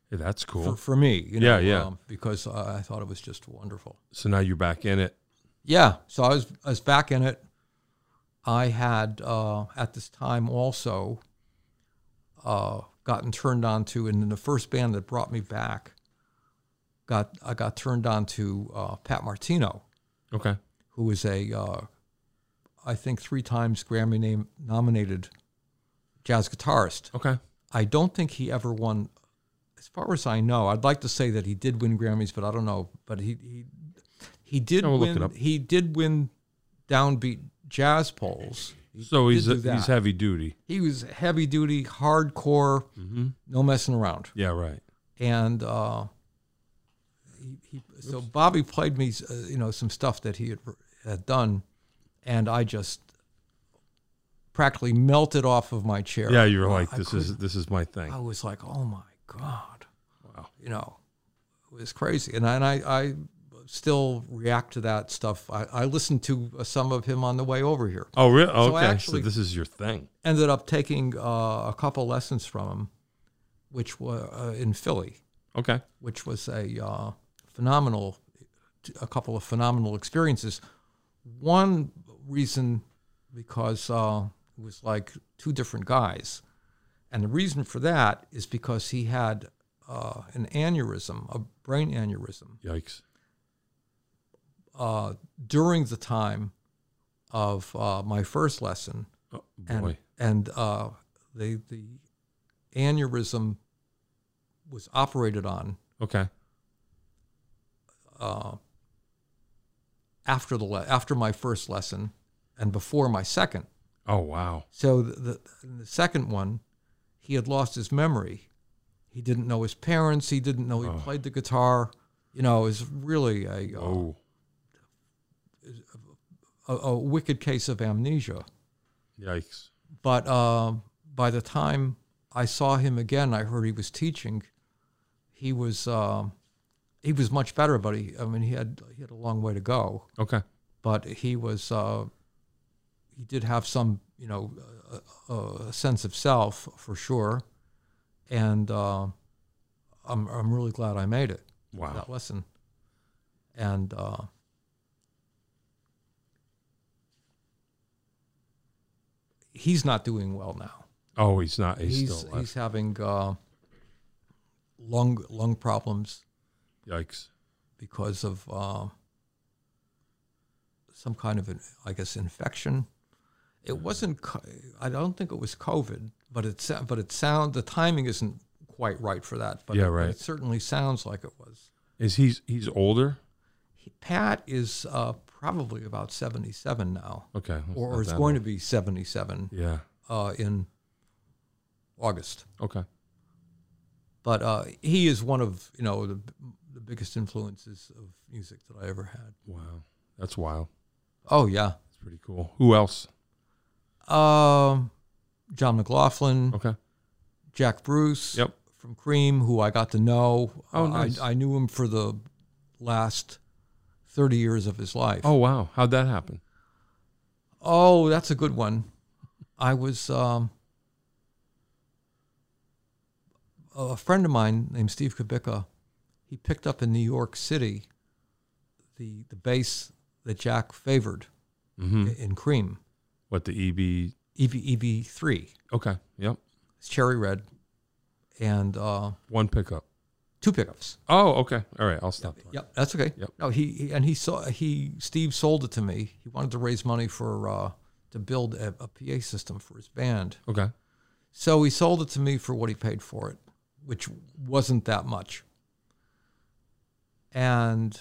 S1: Hey, that's cool.
S2: for, for me. You
S1: Yeah,
S2: know, um,
S1: yeah.
S2: because I, I thought it was just wonderful.
S1: so now you're back in it.
S2: Yeah, so I was I was back in it. I had uh, at this time also uh, gotten turned on to, and in the first band that brought me back, got I got turned on to uh, Pat Martino,
S1: Okay.
S2: who is a uh, I think three times Grammy name nominated jazz guitarist.
S1: Okay.
S2: I don't think he ever won. As far as I know, I'd like to say that he did win Grammys, but I don't know. But he he he did
S1: Yeah, we'll look
S2: win.
S1: it up.
S2: He did win downbeat jazz polls.
S1: So he's
S2: did do
S1: he's
S2: that.
S1: heavy duty.
S2: He was heavy duty, hardcore,
S1: Mm-hmm.
S2: no messing around.
S1: Yeah. Right.
S2: And uh, he, he so Bobby played me, uh, you know, some stuff that he had, had done, and I just practically melted off of my chair.
S1: Yeah. You're like this is this is my thing.
S2: I was like, oh my God.
S1: Wow.
S2: You know, it was crazy. And I, and I, I still react to that stuff. I, I listened to uh, some of him on the way over here.
S1: Oh, really?
S2: I
S1: Okay.
S2: actually-
S1: so this is your thing.
S2: Ended up taking uh, a couple lessons from him, which were uh, in Philly,
S1: Okay.
S2: which was a uh, phenomenal, a couple of phenomenal experiences. One reason, because uh, it was like two different guys. And the reason for that is because he had uh, an aneurysm, a brain aneurysm,
S1: Yikes.
S2: uh, during the time of uh, my first lesson.
S1: Oh, boy.
S2: And, and uh, the, the aneurysm was operated on
S1: okay.
S2: uh, after, the le- after my first lesson and before my second.
S1: Oh wow.
S2: So the, the, the second one, he had lost his memory. He didn't know his parents. He didn't know he
S1: Oh.
S2: played the guitar. You know, it was really a, uh,
S1: Oh.
S2: a, a wicked case of amnesia.
S1: Yikes.
S2: But uh, by um, the time I saw him again. I heard he was teaching. He was um, he was much better, but he I mean he had he had a long way to go.
S1: Okay.
S2: But he was uh, he did have some you know a, a sense of self for sure, and uh, I'm I'm really glad I made it
S1: Wow.
S2: that lesson, and uh, he's not doing well now.
S1: Oh, he's not. He's,
S2: he's
S1: still alive.
S2: he's having uh, lung lung problems
S1: Yikes.
S2: because of uh, some kind of an, I guess infection. It wasn't. co- I don't think it was COVID, but it sa- but it sound the timing isn't quite right for that. But
S1: Yeah,
S2: it, but
S1: right.
S2: it certainly sounds like it was.
S1: Is he's he's older?
S2: He- Pat is uh, probably about seventy seven now,
S1: Okay. that's
S2: or,
S1: not
S2: or is
S1: that
S2: going
S1: old.
S2: to be seventy seven
S1: Yeah.
S2: uh, in August.
S1: Okay.
S2: but uh, he is one of you know the, the biggest influences of music that I ever had.
S1: Wow. That's wild.
S2: Oh yeah,
S1: That's pretty cool. Who else?
S2: um, John McLaughlin,
S1: Okay.
S2: Jack Bruce,
S1: Oh. Yep.
S2: from Cream, who I got to know.
S1: Oh,
S2: Uh,
S1: nice.
S2: I, I knew him for the last thirty years of his life.
S1: Oh wow. How'd that happen?
S2: Oh, that's a good one. I was um, a friend of mine named Steve Kubica. He picked up in New York City the the bass that Jack favored
S1: Mm-hmm.
S2: i- in Cream, E
S1: What the EB?
S2: EV EV three.
S1: Okay. Yep.
S2: It's cherry red, and uh,
S1: One pickup.
S2: two pickups.
S1: Oh, okay. All right. I'll stop. talking.
S2: Yep, that's okay.
S1: Yep.
S2: No, he, he and he saw he Steve sold it to me. He wanted to raise money for uh, to build a, a PA system for his band.
S1: Okay.
S2: So he sold it to me for what he paid for it, which wasn't that much. And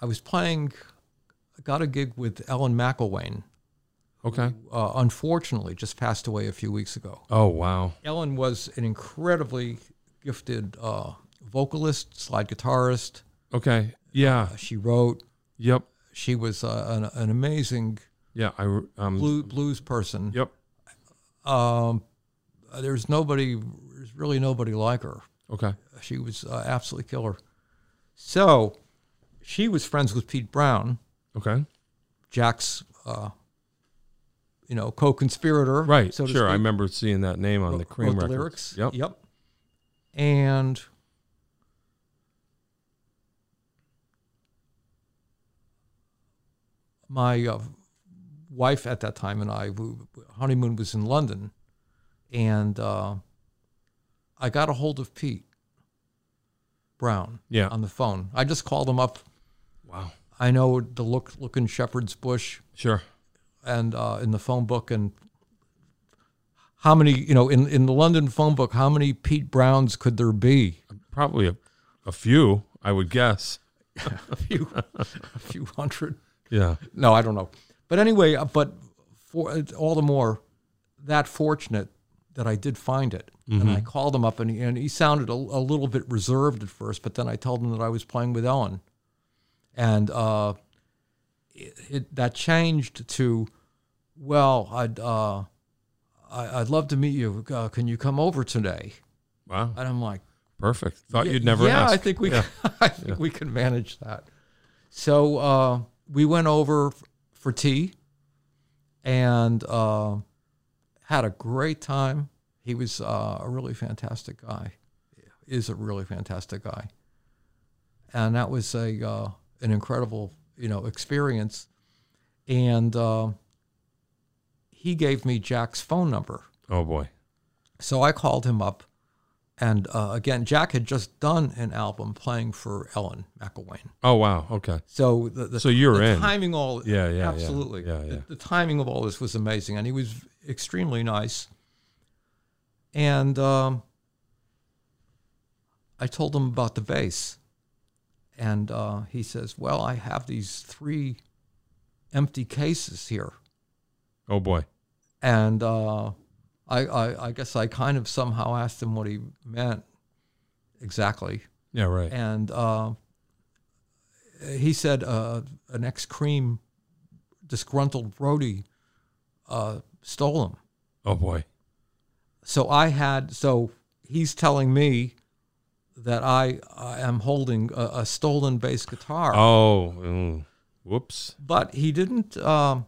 S2: I was playing, I got a gig with Ellen McElwain,
S1: Okay.
S2: who, uh, unfortunately just passed away a few weeks ago.
S1: Oh wow.
S2: Ellen was an incredibly gifted uh, vocalist, slide guitarist.
S1: Okay. Yeah.
S2: She wrote,
S1: Yep.
S2: she was uh, an, an amazing
S1: Yeah. I re- um.
S2: blue, blues person.
S1: Yep.
S2: um, there's nobody, there's really nobody like her.
S1: Okay.
S2: She was uh, absolutely killer. So she was friends with Pete Brown,
S1: Okay.
S2: Jack's, uh, you know, co-conspirator.
S1: Right.
S2: So to
S1: sure. I
S2: speak.
S1: remember seeing that name on the
S2: Wrote-
S1: cream
S2: wrote the
S1: records.
S2: lyrics.
S1: Yep.
S2: Yep. And my uh, wife at that time and I, we, honeymoon was in London, and uh, I got a hold of Pete Brown
S1: Yeah.
S2: on the phone. I just called him up.
S1: wow.
S2: I know the look look in Shepherd's Bush
S1: Sure.
S2: and uh, in the phone book and how many you know in, in the london phone book how many pete browns could there be
S1: Probably a, a few. I would guess.
S2: a few a few hundred
S1: Yeah.
S2: no i don't know but anyway uh, but for it's all the more that fortunate that i did find it and i called him up and he, and he sounded a, a little bit reserved at first but then i told him that i was playing with ellen and uh, it, it, that changed to well i'd uh, I, I'd love to meet you. Uh, can you come over today?
S1: Wow.
S2: And I'm like,
S1: Perfect. Thought you'd never
S2: yeah,
S1: ask.
S2: I think we, I think we can manage that. So uh, we went over f- for tea, and uh, had a great time. He was uh, a really fantastic guy. Is a really fantastic guy, and that was a uh, an incredible you know experience. And uh, he gave me Jack's phone number.
S1: Oh boy.
S2: So I called him up, and uh, again, Jack had just done an album playing for Ellen McElwain.
S1: Oh wow. Okay.
S2: So the, the
S1: So you're
S2: the
S1: in.
S2: timing all
S1: Yeah, yeah, yeah.
S2: absolutely
S1: Yeah, yeah.
S2: The, the timing of all this was amazing, and he was extremely nice. And um, I told him about the bass, and uh, he says, "Well, I have these three empty cases here."
S1: Oh boy.
S2: and uh, I, I, I guess I kind of somehow asked him what he meant exactly,
S1: Yeah. Right.
S2: and uh, he said uh, an ex cream disgruntled roadie uh, stole them.
S1: Oh boy.
S2: So I had, so he's telling me that I, I am holding a, a stolen bass guitar.
S1: Oh, mm. whoops.
S2: but he didn't um,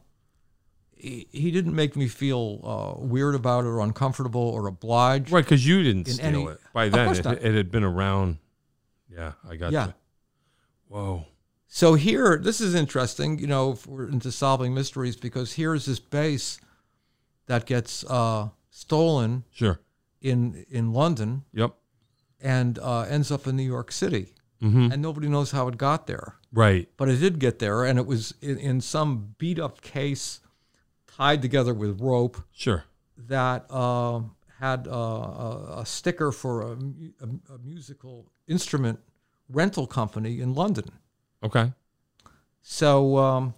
S2: he, he didn't make me feel uh, weird about it or uncomfortable or obliged
S1: Right, because you didn't
S2: In
S1: steal
S2: any-
S1: it. By
S2: Of
S1: then,
S2: course
S1: it,
S2: not.
S1: it had been around. Yeah, I got
S2: yeah
S1: you. Whoa.
S2: so here this is interesting you know if we're into solving mysteries because here's this bass that gets uh, stolen
S1: Sure.
S2: in in london
S1: Yep.
S2: and uh, ends up in new york city
S1: Mm-hmm.
S2: and nobody knows how it got there
S1: Right.
S2: but it did get there and it was in, in some beat up case tied together with rope
S1: Sure.
S2: that uh, had uh, a, a sticker for a, mu- a, a musical instrument rental company in London.
S1: Okay.
S2: So, um,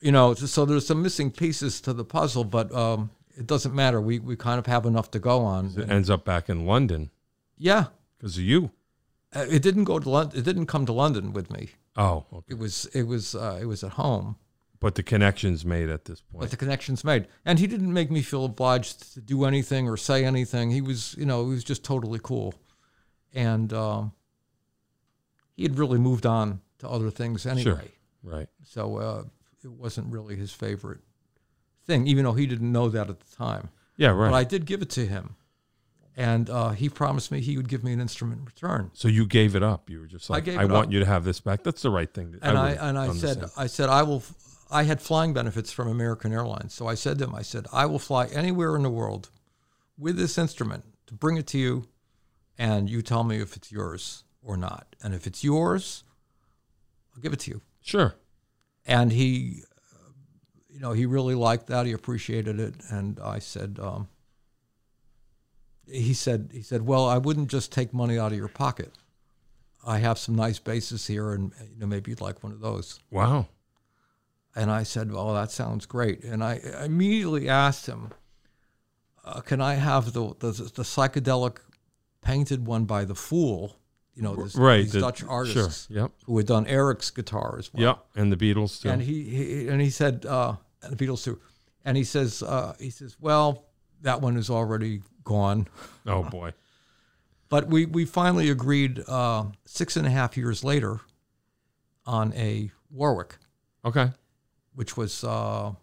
S2: you know, so- so there's some missing pieces to the puzzle, but um, it doesn't matter. We, we kind of have enough to go on.
S1: It ends up back in London
S2: Yeah,
S1: because of you.
S2: Uh, it didn't go to London. It didn't come to London with me.
S1: Oh, okay.
S2: It was it was uh, it was at home.
S1: But the connection's made at this point.
S2: but the connections made. And he didn't make me feel obliged to do anything or say anything. He was, you know, he was just totally cool, and um, he had really moved on to other things anyway.
S1: Right.
S2: So uh, it wasn't really his favorite thing, even though he didn't know that at the time.
S1: Yeah, right.
S2: But I did give it to him, and uh, he promised me he would give me an instrument in return.
S1: so you gave it up. You were just like,
S2: gave
S1: I,
S2: it
S1: want
S2: up.
S1: you to have this back. That's the right thing. To,
S2: and I,
S1: would've
S2: and I
S1: done the
S2: said uh,
S1: same.
S2: I said I will. f- I had flying benefits from American Airlines, so I said to him, I said I will fly anywhere in the world with this instrument to bring it to you, and you tell me if it's yours or not. And if it's yours, I'll give it to you.
S1: sure.
S2: And he, uh, you know, he really liked that. He appreciated it, and I said. Um, he said, he said, well, I wouldn't just take money out of your pocket. I have some nice bases here, and you know, maybe you'd like one of those.
S1: Wow.
S2: And I said, "Well, that sounds great." And I I immediately asked him, uh, "Can I have the, the the psychedelic painted one by the Fool? You know, this,
S1: Right.
S2: these
S1: the-
S2: Dutch artists
S1: Sure. Yep.
S2: who had done Eric's guitar as well."
S1: Yep. And the Beatles too.
S2: And he, he and he said, uh, and the Beatles too. And he says, uh, he says, "Well, that one is already gone."
S1: oh boy.
S2: But we we finally agreed uh, six and a half years later on a Warwick,
S1: Okay.
S2: which was uh, a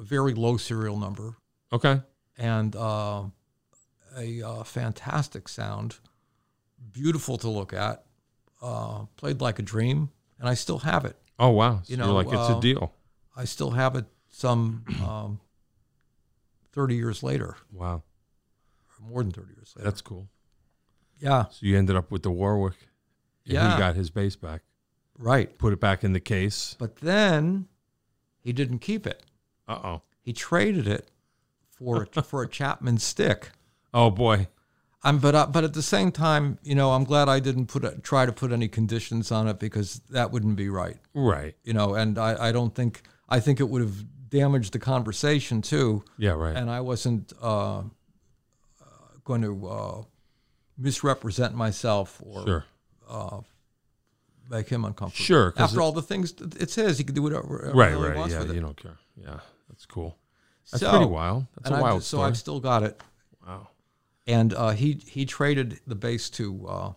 S2: very low serial number.
S1: Okay.
S2: and uh, a uh, fantastic sound, beautiful to look at, uh, played like a dream, and I still have it.
S1: Oh wow. So
S2: You
S1: you are
S2: know,
S1: like it's a
S2: uh,
S1: deal.
S2: I still have it some um, 30 years later,
S1: Wow.
S2: more than 30 years later.
S1: That's cool.
S2: yeah,
S1: So you ended up with the Warwick. And
S2: Yeah.
S1: He got his bass back.
S2: right.
S1: Put it back in the case.
S2: But then he didn't keep it.
S1: Uh oh.
S2: He traded it for a, for a Chapman stick.
S1: Oh boy.
S2: I'm, but I, but at the same time, you know, I'm glad I didn't put a, try to put any conditions on it because that wouldn't be right.
S1: Right.
S2: you know, and I, I don't think I think it would have damaged the conversation too,
S1: Yeah. Right.
S2: and I wasn't uh, uh, going to uh, misrepresent myself or
S1: sure.
S2: make him uncomfortable.
S1: Sure. 'cause
S2: After all, the things it's his; he can do whatever whatever
S1: it- right.
S2: he
S1: Right.
S2: wants
S1: Yeah.
S2: with it.
S1: You don't care. Yeah. That's cool. That's
S2: so,
S1: pretty wild. That's
S2: and
S1: a
S2: I've-
S1: wild
S2: so
S1: story.
S2: I've still got it,
S1: wow.
S2: and uh, he he traded the bass to uh,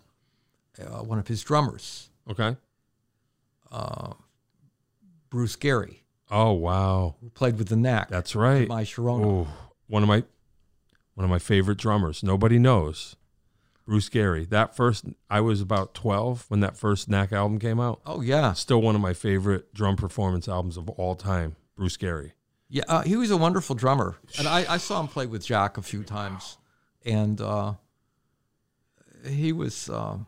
S2: uh, one of his drummers,
S1: Okay.
S2: Bruce Gary,
S1: Oh wow.
S2: who played with the Knack.
S1: That's right.
S2: my Sharona.
S1: Oh, one of my one of my favorite drummers. Nobody knows. Bruce Gary. That first I was about 12 when that first Knack album came out.
S2: Oh yeah,
S1: Still one of my favorite drum performance albums of all time. Bruce Gary.
S2: Yeah, uh, he was a wonderful drummer, and I, I saw him play with Jack a few times, and uh, he was um,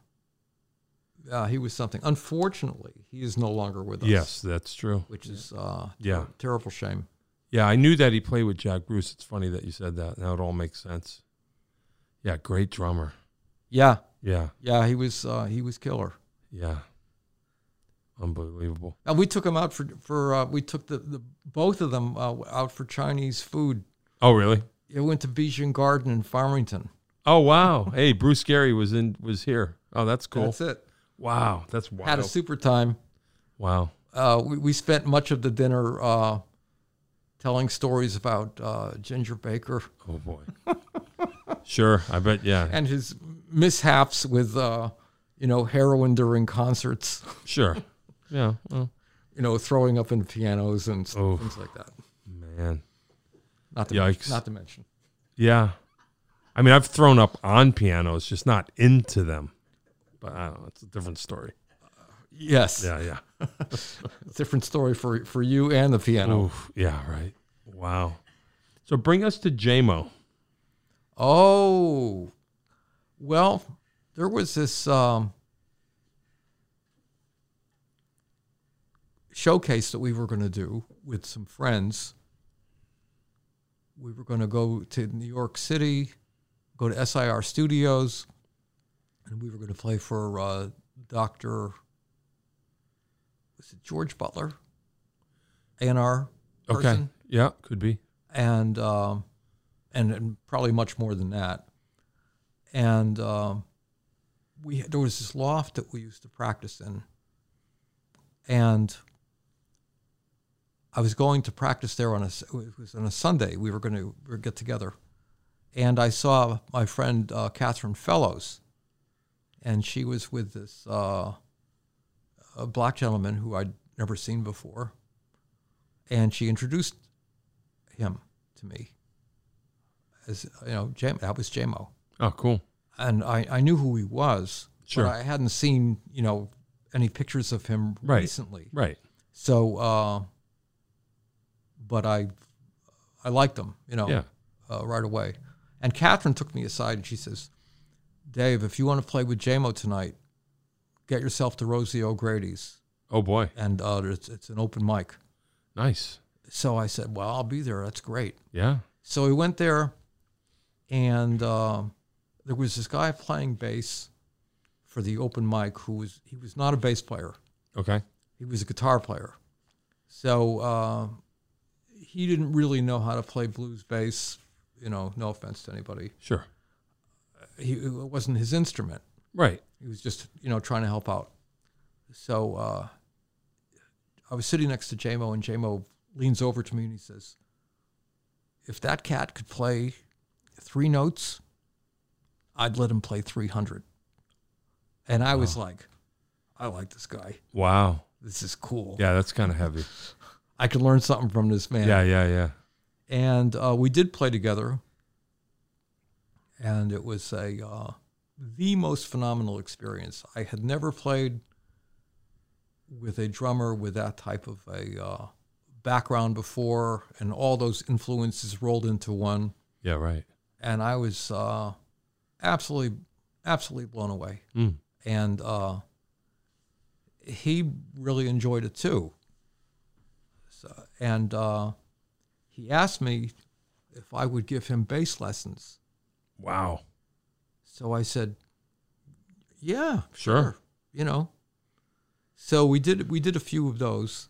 S2: uh, he was something. Unfortunately, he is no longer with us.
S1: Yes, that's true.
S2: which is uh,
S1: Yeah.
S2: terrible shame.
S1: Yeah, I knew that he played with Jack Bruce. It's funny that you said that. Now it all makes sense. Yeah, great drummer.
S2: Yeah,
S1: Yeah,
S2: yeah, he was uh, he was killer.
S1: yeah. Unbelievable.
S2: And we took him out for for uh, we took the, the both of them uh, out for Chinese food.
S1: Oh, really?
S2: It went to Bijan Garden in Farmington.
S1: Oh, wow. hey, Bruce Gary was in was here. Oh, that's cool.
S2: That's it.
S1: Wow, that's wild.
S2: Had a super time.
S1: wow.
S2: uh, we, we spent much of the dinner uh, telling stories about uh, Ginger Baker
S1: Oh boy. sure. I bet. Yeah.
S2: and his mishaps with, uh, you know, heroin during concerts,
S1: Sure. Yeah. Well,
S2: you know, throwing up in pianos and s-
S1: Oof.
S2: things like that.
S1: man.
S2: Not to,
S1: Yikes.
S2: not to mention.
S1: Yeah. I mean, I've thrown up on pianos, just not into them. But I don't know. It's a different story.
S2: Yes,
S1: Yeah. Yeah.
S2: different story for for you and the piano.
S1: Oof. Yeah. Right. Wow. So bring us to JMO.
S2: Oh, well, there was this um, showcase that we were going to do with some friends. We were going to go to New York City, go to SIR Studios, and we were going to play for uh, Dr. Was it George Butler? A&R
S1: Okay.
S2: person
S1: Yeah. Could be.
S2: and um, and, and probably much more than that. And um, we there was this loft that we used to practice in, and I was going to practice there on a s- it was on a Sunday. We were going to we were get together, and I saw my friend uh, Catherine Fellows, and she was with this uh, a black gentleman who I'd never seen before, and she introduced him to me as you know Jam- that was jamo
S1: Oh, cool.
S2: and I, I knew who he was
S1: Sure.
S2: but i hadn't seen you know any pictures of him
S1: Right.
S2: recently
S1: Right.
S2: so uh, but i i liked him you know
S1: Yeah.
S2: uh, right away and catherine took me aside and she says dave if you want to play with jamo tonight get yourself to rosie o'grady's
S1: Oh boy.
S2: and uh, it's, it's an open mic
S1: Nice.
S2: so i said well i'll be there that's great
S1: Yeah.
S2: so we went there, and um there was this guy playing bass for the open mic who was he was not a bass player,
S1: Okay.
S2: he was a guitar player. So uh, he didn't really know how to play blues bass. You know, no offense to anybody,
S1: Sure.
S2: he, it wasn't his instrument.
S1: Right.
S2: He was just you know trying to help out. So uh, I was sitting next to JMO, and JMO leans over to me and he says, "If that cat could play three notes, I'd let him play 300." And I was like, "I like this guy.
S1: Wow.
S2: This is cool.
S1: Yeah. That's kind of heavy.
S2: I can learn something from this man."
S1: Yeah. Yeah. Yeah.
S2: and uh, we did play together, and it was a uh, the most phenomenal experience. I had never played with a drummer with that type of a uh, background before, and all those influences rolled into one,
S1: Yeah. Right.
S2: and I was uh, absolutely, absolutely blown away.
S1: Mm.
S2: And uh, he really enjoyed it too. So, and uh, he asked me if I would give him bass lessons.
S1: Wow.
S2: So I said, "Yeah,
S1: Sure.
S2: You know. So we did we did a few of those.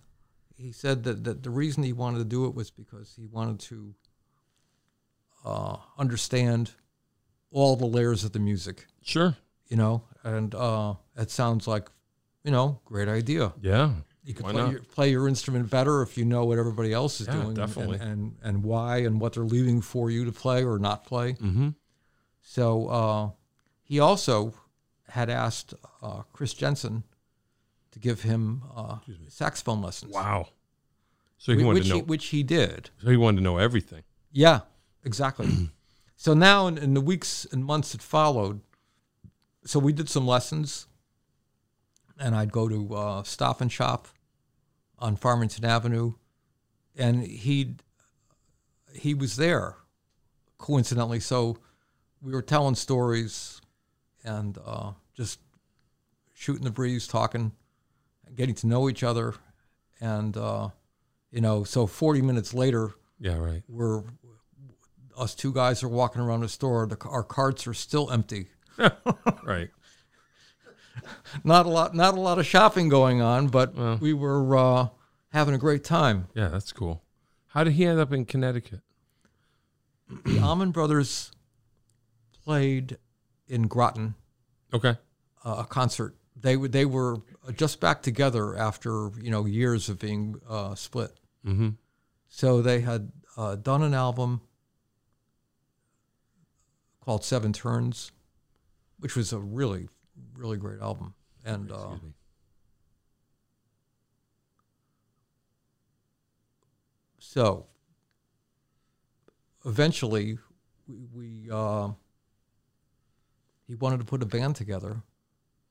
S2: He said that, that the reason he wanted to do it was because he wanted to uh, understand all the layers of the music,
S1: Sure.
S2: you know. And uh, it sounds like, you know, great idea.
S1: Yeah.
S2: You can
S1: Why
S2: play
S1: not?
S2: your, play your instrument better if you know what everybody else is
S1: Yeah,
S2: doing
S1: definitely.
S2: And, and and why and what they're leaving for you to play or not play.
S1: Mm-hmm.
S2: So uh, he also had asked uh, Chris Jensen to give him uh, saxophone lessons.
S1: Wow. So he wanted
S2: which,
S1: to know.
S2: he, which he did.
S1: so he wanted to know everything.
S2: Yeah, exactly. so now, in, in the weeks and months that followed, so we did some lessons, and I'd go to uh, Stop and Shop on Farmington Avenue, and he he was there, coincidentally. So we were telling stories and uh, just shooting the breeze, talking, getting to know each other, and uh, you know, so forty minutes later
S1: Yeah. Right.
S2: we're us two guys are walking around the store. The, our carts are still empty.
S1: Right.
S2: Not a lot, not a lot of shopping going on, but
S1: Well.
S2: we were uh, having a great time.
S1: Yeah. That's cool. How did he end up in Connecticut?
S2: The Almond Brothers played in Groton
S1: Okay.
S2: uh, a concert. They were they were just back together after you know years of being uh, split.
S1: Mm-hmm.
S2: So they had uh, done an album called Seven Turns, which was a really, really great album. And uh,
S3: Excuse me.
S2: so eventually we, we uh, he wanted to put a band together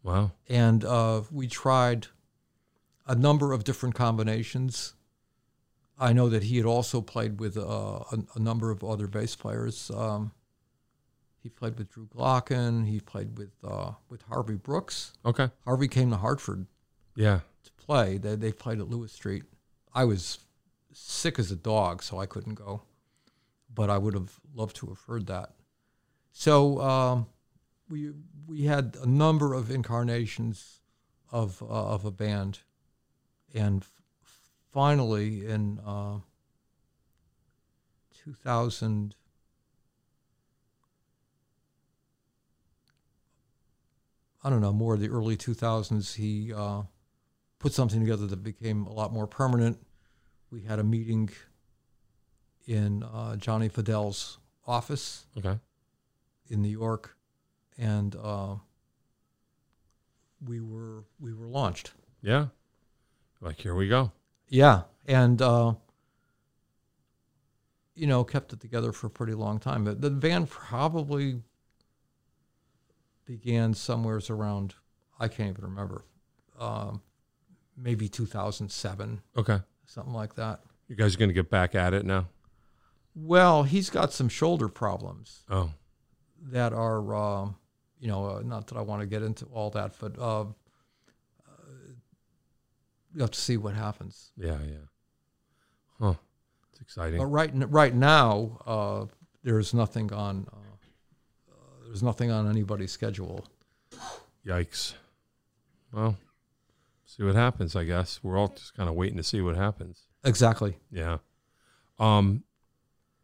S1: Wow.
S2: and uh, we tried a number of different combinations. I know that he had also played with uh, a, a number of other bass players. Um, he played with Drew Glocken. He played with uh, with Harvey Brooks.
S1: Okay.
S2: Harvey came to Hartford
S1: Yeah.
S2: to play. They they played at Lewis Street. I was sick as a dog, so I couldn't go, but I would have loved to have heard that. So um, we we had a number of incarnations of uh, of a band, and f- finally in uh, 2000. I don't know, more of the early 2000s, he uh, put something together that became a lot more permanent. We had a meeting in uh, Johnny Fidel's office
S1: Okay.
S2: in New York, and uh, we were we were launched.
S1: Yeah. Like here we go.
S2: Yeah, and uh, you know kept it together for a pretty long time. The, the band probably began somewhere's around I can't even remember, um, maybe 2007,
S1: Okay.
S2: something like that.
S1: You guys are gonna get back at it now.
S2: Well, he's got some shoulder problems
S1: Oh.
S2: that are, um, you know, uh, not that I want to get into all that, but uh, uh, you have to see what happens.
S1: Yeah. Yeah. Huh. It's exciting.
S2: But right, n- right now, uh, there is nothing on. Uh, uh, there's nothing on anybody's schedule.
S1: Yikes. Well, see what happens, I guess. We're all just kind of waiting to see what happens.
S2: Exactly.
S1: Yeah. Um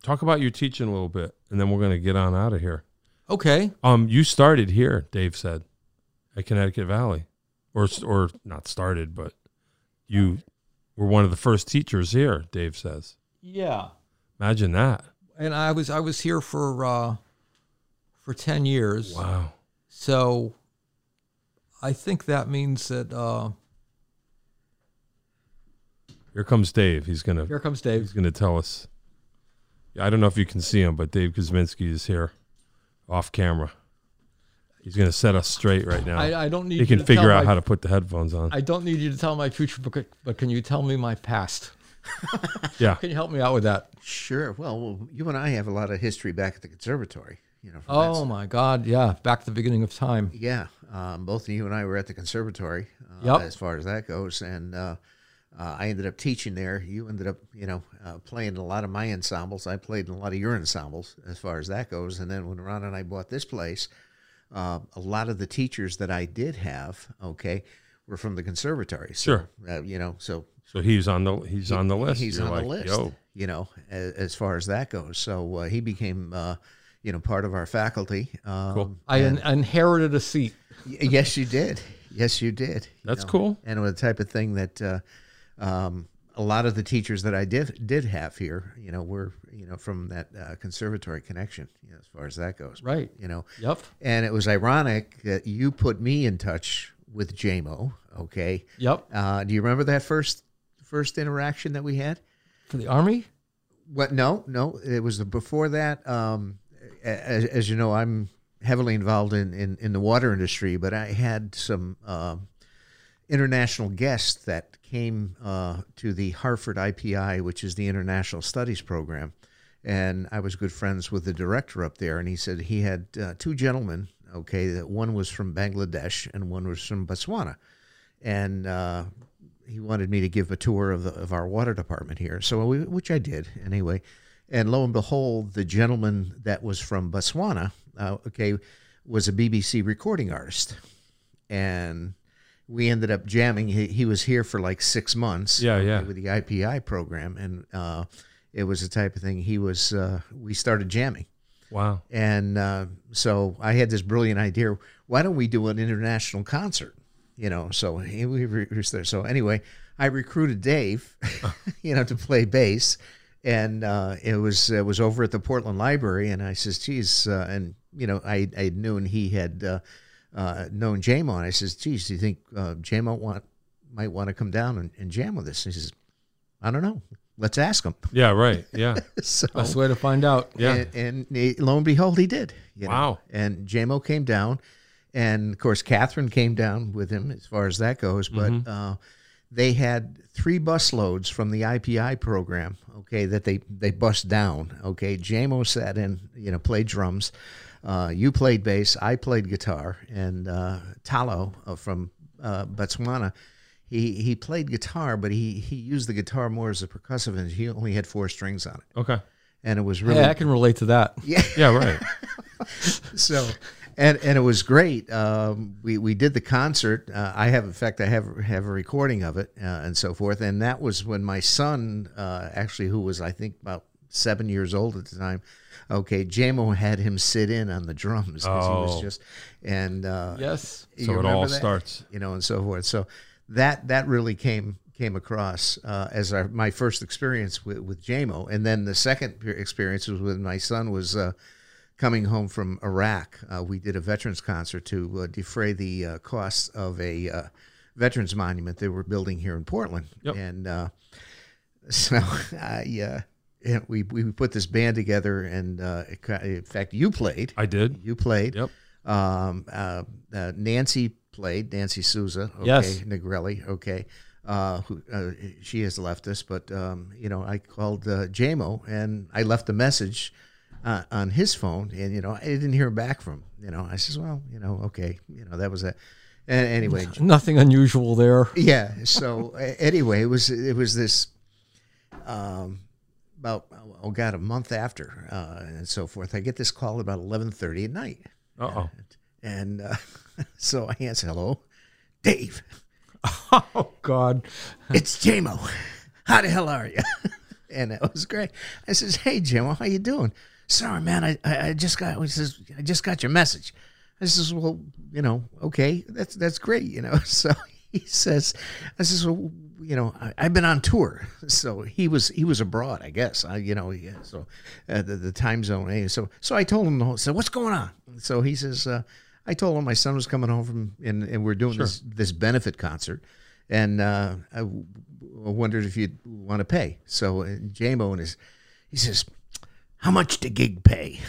S1: talk about your teaching a little bit and then we're going to get on out of here.
S2: Okay.
S1: Um you started here, Dave said, at Connecticut Valley. Or s- or not started, but you were one of the first teachers here, Dave says.
S2: Yeah.
S1: Imagine that.
S2: And I was I was here for uh, for ten years.
S1: Wow.
S2: So I think that means that uh,
S1: Here comes Dave. He's going to
S2: here comes
S1: He's
S2: Dave.
S1: going to tell us. Yeah, I don't know if you can see him, but Dave Kuzminski is here off camera. He's going to set us straight right now.
S2: I, I don't need
S1: he can
S2: you to tell
S1: figure out
S2: my
S1: how to put the headphones on.
S2: I don't need you to tell my future, but, but can you tell me my past?
S1: yeah.
S2: Can you help me out with that?
S3: Sure. Well, well, you and I have a lot of history back at the conservatory. You know. From that
S2: Oh my God! Yeah, back to the beginning of time.
S3: Yeah, um, both you and I were at the conservatory, uh,
S2: Yep.
S3: as far as that goes, and uh, uh, I ended up teaching there. You ended up, you know, uh, playing in a lot of my ensembles. I played in a lot of your ensembles, as far as that goes. And then when Ron and I bought this place, uh, a lot of the teachers that I did have, okay, were from the conservatory. So,
S1: Sure.
S3: uh, you know, so
S1: So he's on the he's on the list.
S3: He's
S1: You're
S3: on
S1: like,
S3: the list.
S1: Yo,
S3: You know, as, as far as that goes. So uh, he became, uh, you know, part of our faculty. Um,
S1: Cool.
S2: I in, inherited a seat.
S3: Y- yes, you did. Yes, you did. You
S1: That's
S3: know,
S1: cool.
S3: And it was the type of thing that uh, um, a lot of the teachers that I did did have here, you know, were you know from that uh, conservatory connection, you know, as far as that goes.
S2: Right.
S3: You know,
S2: Yep.
S3: and it was ironic that you put me in touch with JMO. Okay.
S2: Yep.
S3: Uh, do you remember that first first interaction that we had?
S2: For the army.
S3: What? No, no. It was the, before that. Um, as, as you know, I'm heavily involved in, in, in the water industry, but I had some um international guests that came uh, to the Harvard IPI, which is the International Studies Program, and I was good friends with the director up there, and he said he had uh, two gentlemen. Okay, that one was from Bangladesh and one was from Botswana, and uh, he wanted me to give a tour of, the, of our water department here. So, we, which I did anyway. And lo and behold, the gentleman that was from Botswana, uh, okay, was a BBC recording artist. And we ended up jamming. He, he was here for like six months.
S1: Yeah,
S3: okay,
S1: yeah.
S3: With the IPI program. And uh, it was the type of thing he was, uh, we started jamming.
S1: wow.
S3: And uh, so I had this brilliant idea. Why don't we do an international concert? You know, so he- we were we were there. So anyway, I recruited Dave, you know, to play bass, and uh, it was it was over at the Portland Library, and I says, "Geez," uh, and you know, I I had known he had uh, uh, known Jamon. I says, "Geez, do you think uh, Jamon want might want to come down and, and jam with us?" And he says, "I don't know. Let's ask him."
S1: Yeah, right. Yeah.
S3: so
S2: Best way to find out.
S1: Yeah.
S3: and, and he- lo and behold, he did. you know.
S1: Wow.
S3: And JMO came down, and of course Catherine came down with him as far as that goes. But
S1: Mm-hmm.
S3: uh, they had three bus loads from the IPI program. Okay, that they they bust down. Okay, JMO sat in, you know, played drums. Uh, you played bass. I played guitar, and uh, Talo uh, from uh, Botswana. He, he played guitar, but he, he used the guitar more as a percussive, and he only had four strings on it,
S1: Okay.
S3: and it was really
S2: Yeah, I can relate to that.
S1: Yeah, right.
S3: so and and it was great um, we we did the concert uh, i have in fact i have have a recording of it uh, and so forth and that was when my son uh, actually who was i think about seven years old at the time okay jamo had him sit in on the drums 'cause he
S1: Oh.
S3: was just and uh,
S2: Yes.
S3: you
S1: So it
S3: remember
S1: all
S3: that?
S1: starts.
S3: you know and so forth so that that really came came across uh, as our, my first experience with, with jamo and then the second pe- experience was with my son was uh, coming home from Iraq, uh, we did a veterans concert to uh, defray the uh, costs of a uh, veterans monument they were building here in Portland.
S1: Yep.
S3: And uh, so I, uh, yeah, we, we put this band together, and uh, it, ki- in fact, you played.
S1: I did.
S3: You played.
S1: Yep.
S3: Um, uh, uh, Nancy played Nancy Souza. Okay,
S2: Yes.
S3: Negrelli. Okay. Uh, who, uh, she has left us, but um, you know, I called uh, JMO and I left a message uh, on his phone, and you know, I didn't hear back from. him. You know, I says, well, you know, okay, you know, that was that. And anyway,
S2: Nothing unusual there.
S3: yeah. So a- anyway, it was it was this um, about oh god, a month after uh, and so forth. I get this call about eleven thirty at night.
S1: Uh oh.
S3: And uh, so I answer, hello, Dave,
S2: Oh God.
S3: it's JMO. How the hell are you? And it was great. I says, hey, JMO, how you doing? Sorry, man, I, I, I just got, he says, I just got your message. I says, well, you know, okay, that's, that's great, you know. So he says, I says, well, you know, I, I've been on tour. So he was, he was abroad, I guess. I, you know, yeah, so uh, the, the time zone. eh, So, so I told him, the whole- so what's going on? So he says, uh, I told him my son was coming home from, and, and we're doing this, this benefit concert and uh, I w- w- wondered if you'd want to pay. So uh, JMO and his, he says, "How much did gig pay?"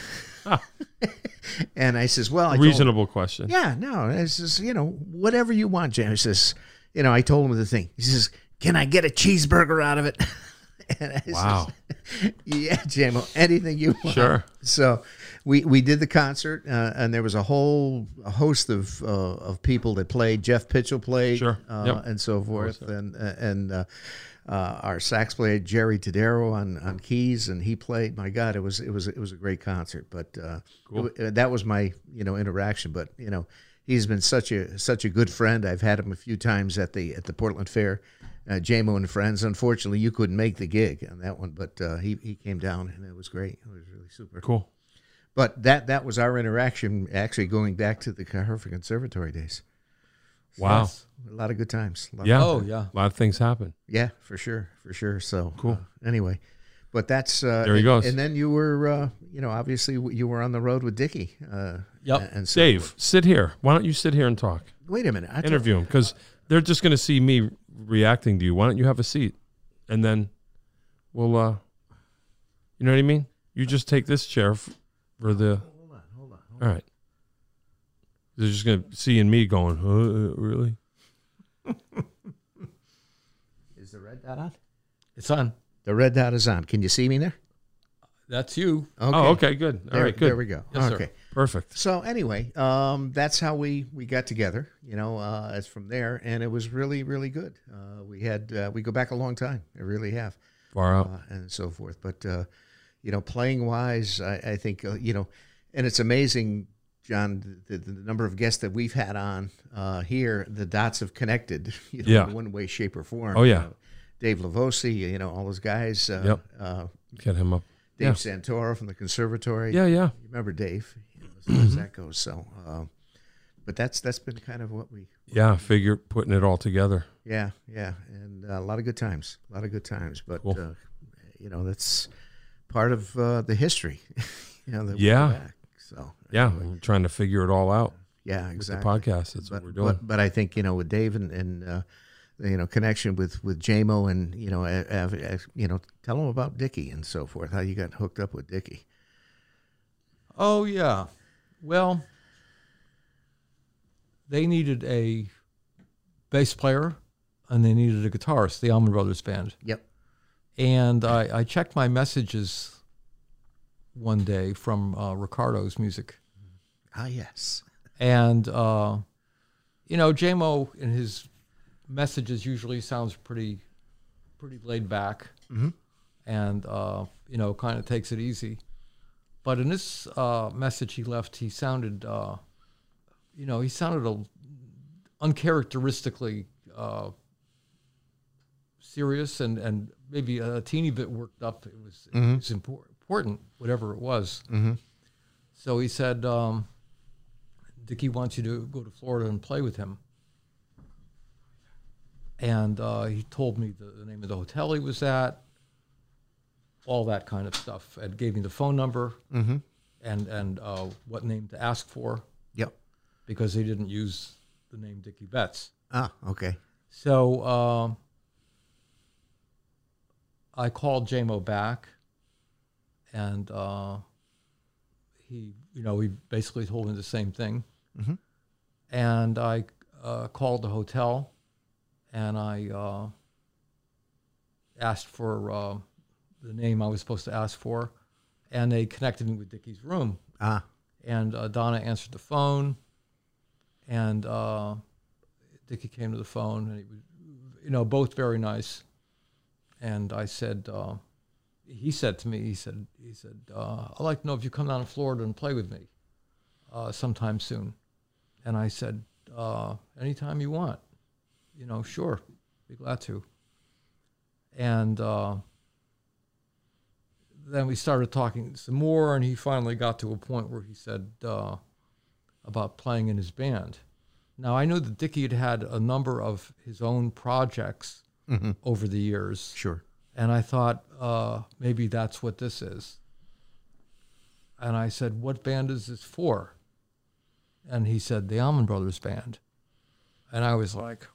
S3: and I says, "Well, I told him-
S1: Reasonable question.
S3: yeah, no, it's just you know whatever you want, JMO." He says, "You know, I told him the thing." He says, "Can I get a cheeseburger out of it?" and I says,
S1: Wow.
S3: yeah, JMO, anything you want.
S1: Sure.
S3: So we, we did the concert, uh, and there was a whole a host of uh, of people that played. Jeff Pitchell played,
S1: Sure.
S3: uh,
S1: Yep.
S3: and so forth, and and uh, uh, our sax player Jerry Tadero on, on keys, and he played. My God, it was it was it was a great concert. But uh, it wa- uh, that was my you know interaction. But you know. He's been such a such a good friend. I've had him a few times at the at the Portland Fair, uh, JMO and friends. Unfortunately, you couldn't make the gig on that one, but uh, he he came down and it was great. It was really super
S1: Cool.
S3: but that that was our interaction actually going back to the Harford Conservatory days.
S1: Wow.
S2: Yes.
S3: A lot of good times. A lot of-
S1: Yeah.
S2: Oh, yeah.
S1: A lot of things happen.
S3: yeah, for sure, for sure. So cool. anyway, but that's uh,
S1: There he
S3: and,
S1: goes.
S3: And then you were, uh, you know, obviously w- you were on the road with Dickie. Uh,
S2: Yep.
S3: And so,
S1: Dave, sit here. Why don't you sit here and talk?
S3: wait a minute. I told-
S1: Interview him because they're just going to see me reacting to you. Why don't you have a seat? And then we'll, uh, you know what I mean? You just take this chair f- for the.
S3: Hold on, hold on.
S1: All right. They're just going to see in me going, uh, uh, really?
S3: Is the red dot on?
S2: It's on.
S3: The red dot is on. Can you see me there?
S2: That's you.
S3: Okay.
S1: Oh, okay, good. All right,
S3: There,
S1: good.
S3: there we go.
S2: Yes, sir.
S3: okay.
S1: Perfect.
S3: So anyway, um, that's how we we got together. You know, uh, it's from there, and it was really really good. Uh, we had uh, we go back a long time. I really have,
S1: Far out.
S3: uh, and so forth. But uh, you know, playing wise, I, I think uh, you know, and it's amazing, John, the, the, the number of guests that we've had on uh, here. The dots have connected, you know,
S1: Yeah.
S3: in one way, shape, or form.
S1: Oh, yeah.
S3: You know, Dave Lavosi, you know, all those guys. Uh,
S1: Yep.
S3: uh,
S1: Get him up.
S3: Dave
S1: Yeah.
S3: Santoro from the conservatory
S1: Yeah, yeah.
S3: you remember Dave, you know, as far as that goes. So, um, but that's that's been kind of what we,
S1: Yeah, figure putting it all together.
S3: yeah, yeah, and uh, a lot of good times, a lot of good times. But
S1: Cool.
S3: uh, you know that's part of uh, the history. you know, that we
S1: Yeah.
S3: go back. So
S1: Yeah, we're trying to figure it all out
S3: yeah,
S1: with
S3: exactly.
S1: the podcast. That's what
S3: but,
S1: we're doing.
S3: but but I think you know with Dave and, and uh, you know connection with with JMO and you know a- a- a- you know tell him about Dickie and so forth how you got hooked up with Dickie.
S2: Oh yeah. Well, they needed a bass player and they needed a guitarist, the Allman Brothers band.
S3: Yep.
S2: And I, I checked my messages one day from uh, Ricardo's music.
S3: Ah yes.
S2: And, uh, you know, JMO in his messages usually sounds pretty, pretty laid back and, uh, you know, kind of takes it easy. But in this uh, message he left, he sounded, uh, you know, he sounded a, uncharacteristically uh, serious and, and maybe a teeny bit worked up. It was, it was impor- important, whatever it was. So he said, um, Dickie wants you to go to Florida and play with him. And uh, he told me the, the name of the hotel he was at, all that kind of stuff, and gave me the phone number and and uh, what name to ask for
S3: Yep.
S2: because he didn't use the name Dickie Betts.
S3: Ah okay.
S2: So um, I called JMO back, and uh, he, you know, he basically told me the same thing. And I uh, called the hotel, and I uh, asked for uh, the name I was supposed to ask for, and they connected me with Dickie's room
S3: Ah
S2: and uh, Donna answered the phone, and uh, Dickie came to the phone, and he was, you know, both very nice. And I said, uh, he said to me, he said, he said, uh, I'd like to know if you come down to Florida and play with me uh, sometime soon. And I said, uh, anytime you want, you know, sure, be glad to. And uh, then we started talking some more, and he finally got to a point where he said uh, about playing in his band. Now I knew that Dickie had had a number of his own projects over the years,
S3: sure.
S2: and I thought uh, maybe that's what this is. And I said, "What band is this for?" And he said, "The Almond Brothers Band." And I was like,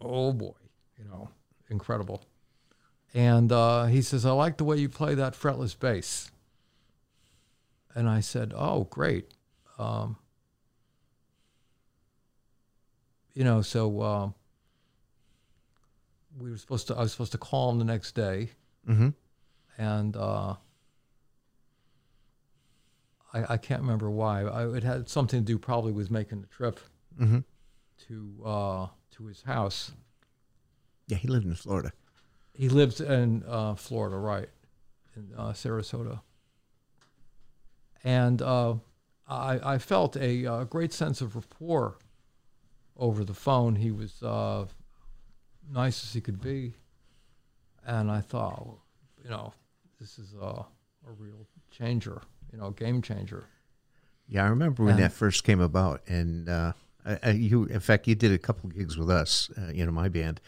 S2: "Oh boy, you know, incredible." And uh, he says, "I like the way you play that fretless bass." And I said, "Oh, great." Um, you know, so um, we were supposed to. I was supposed to call him the next day,
S3: Mhm.
S2: and uh, I, I can't remember why. I, it had something to do probably with making the trip
S3: Mhm.
S2: to uh, to his house.
S3: Yeah, he lived in Florida.
S2: He lives in uh, Florida, right, in uh, Sarasota. And uh, I, I felt a, uh great sense of rapport over the phone. He was uh, nice as he could be, and I thought, well, you know, this is a, a real changer, you know, game changer.
S3: Yeah, I remember when
S2: Yeah.
S3: that first came about, and uh, I, I, you, in fact, you did a couple gigs with us, uh, you know, my band,